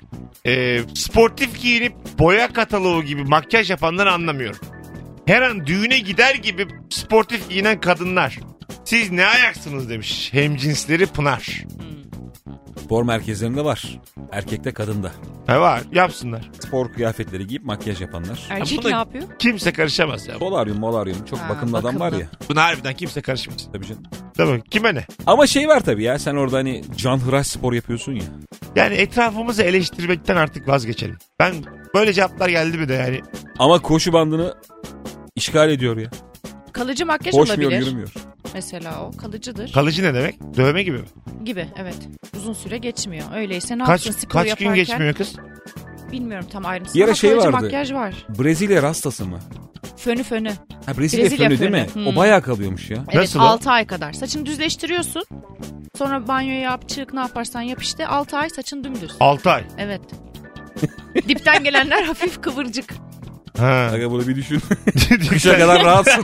Speaker 2: Ee, sportif giyinip boya kataloğu gibi makyaj yapanları anlamıyorum. Her an düğüne gider gibi sportif giyinen kadınlar. Siz ne ayaksınız demiş. Hemcinsleri Pınar.
Speaker 1: Spor merkezlerinde var. Erkekte kadında.
Speaker 2: Ne var? Yapsınlar.
Speaker 1: Spor kıyafetleri giyip makyaj yapanlar.
Speaker 3: Erkek
Speaker 2: da-
Speaker 3: ne yapıyor?
Speaker 2: Kimse karışamaz ya.
Speaker 1: Solaryum molaryum çok
Speaker 3: Ha,
Speaker 1: bakımlı adam var
Speaker 3: bakımlı.
Speaker 1: ya.
Speaker 2: Buna harbiden kimse karışmaz.
Speaker 1: Tabii canım.
Speaker 2: Değil mi? Kime ne?
Speaker 1: Ama şey var tabii ya sen orada hani canhıraş spor yapıyorsun ya.
Speaker 2: Yani etrafımızı eleştirmekten artık vazgeçelim. Ben böyle cevaplar geldi mi de yani
Speaker 1: Ama koşu bandını işgal ediyor ya.
Speaker 3: Kalıcı makyaj
Speaker 1: Koşmuyor
Speaker 3: olabilir.
Speaker 1: yürümüyor.
Speaker 3: Mesela o kalıcıdır.
Speaker 2: kalıcı ne demek? Dövme gibi mi?
Speaker 3: gibi evet. Uzun süre geçmiyor. Öyleyse ne
Speaker 2: Kaç,
Speaker 3: yapsın spor
Speaker 2: kaç
Speaker 3: yaparken?
Speaker 2: gün geçmiyor kız?
Speaker 3: Bilmiyorum tam ayrıntısını
Speaker 1: Bir ara
Speaker 3: ama
Speaker 1: şey
Speaker 3: kalıcı
Speaker 1: vardı.
Speaker 3: makyaj var.
Speaker 1: Brezilya rastası mı?
Speaker 3: Fönü fönü.
Speaker 1: Ha Brezilya,
Speaker 3: Brezilya
Speaker 1: fönü değil mi?
Speaker 3: fönü.
Speaker 1: O
Speaker 3: Hmm.
Speaker 1: bayağı kalıyormuş ya.
Speaker 3: Evet
Speaker 2: Nasıl o?
Speaker 3: 6 ay kadar. Saçını düzleştiriyorsun. Sonra banyo yap, çık ne yaparsan yap işte. 6 ay saçın dümdüz.
Speaker 2: 6 ay. [laughs]
Speaker 3: Evet. Dipten gelenler hafif kıvırcık.
Speaker 2: Ha. [laughs]
Speaker 1: Aga bunu bir
Speaker 3: [laughs]
Speaker 1: düşün. Kışa kadar rahatsın.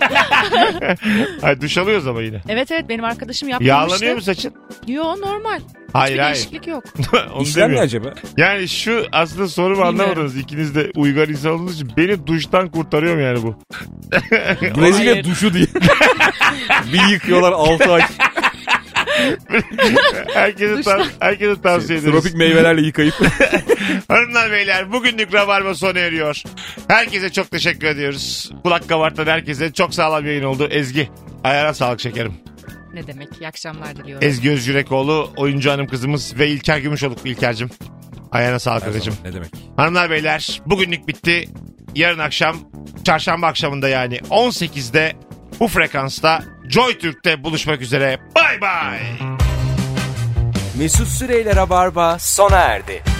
Speaker 2: Ay, duş alıyoruz ama yine.
Speaker 3: Evet evet benim arkadaşım yapmamıştı.
Speaker 2: Yağlanıyor mu saçın?
Speaker 3: Yo normal.
Speaker 2: Hayır
Speaker 3: Hiçbir
Speaker 2: hayır.
Speaker 3: değişiklik yok.
Speaker 2: [laughs] Onu
Speaker 1: İşler ne
Speaker 2: demiyorum.
Speaker 1: acaba?
Speaker 2: Yani şu aslında sorumu
Speaker 3: Bilmiyorum.
Speaker 2: anlamadınız. İkiniz de uygar insan olduğunuz için beni duştan kurtarıyorum yani bu.
Speaker 1: Brezilya
Speaker 3: Hayır.
Speaker 1: duşu
Speaker 3: [laughs]
Speaker 1: diye. bir yıkıyorlar 6 ay.
Speaker 2: Herkese,
Speaker 3: Duştan.
Speaker 2: tav- herkese tavsiye ederiz.
Speaker 1: Şey, Tropik meyvelerle yıkayıp.
Speaker 2: Hanımlar beyler bugünlük Rabarba sona eriyor. Herkese çok teşekkür ediyoruz. Kulak kabartan herkese çok sağlam yayın oldu. Ezgi ayağına sağlık şekerim.
Speaker 3: ne demek? İyi akşamlar diliyorum.
Speaker 2: Ezgi Özgürekoğlu, oyuncu hanım kızımız ve İlker Gümüşoluk İlker'cim. Ayağına sağlık kızım.
Speaker 1: Ne demek?
Speaker 2: Hanımlar beyler bugünlük bitti. Yarın akşam çarşamba akşamında yani 18'de bu frekansta Joy Türk'te buluşmak üzere. Bay bay.
Speaker 4: Mesut Süreyler'e barba sona erdi.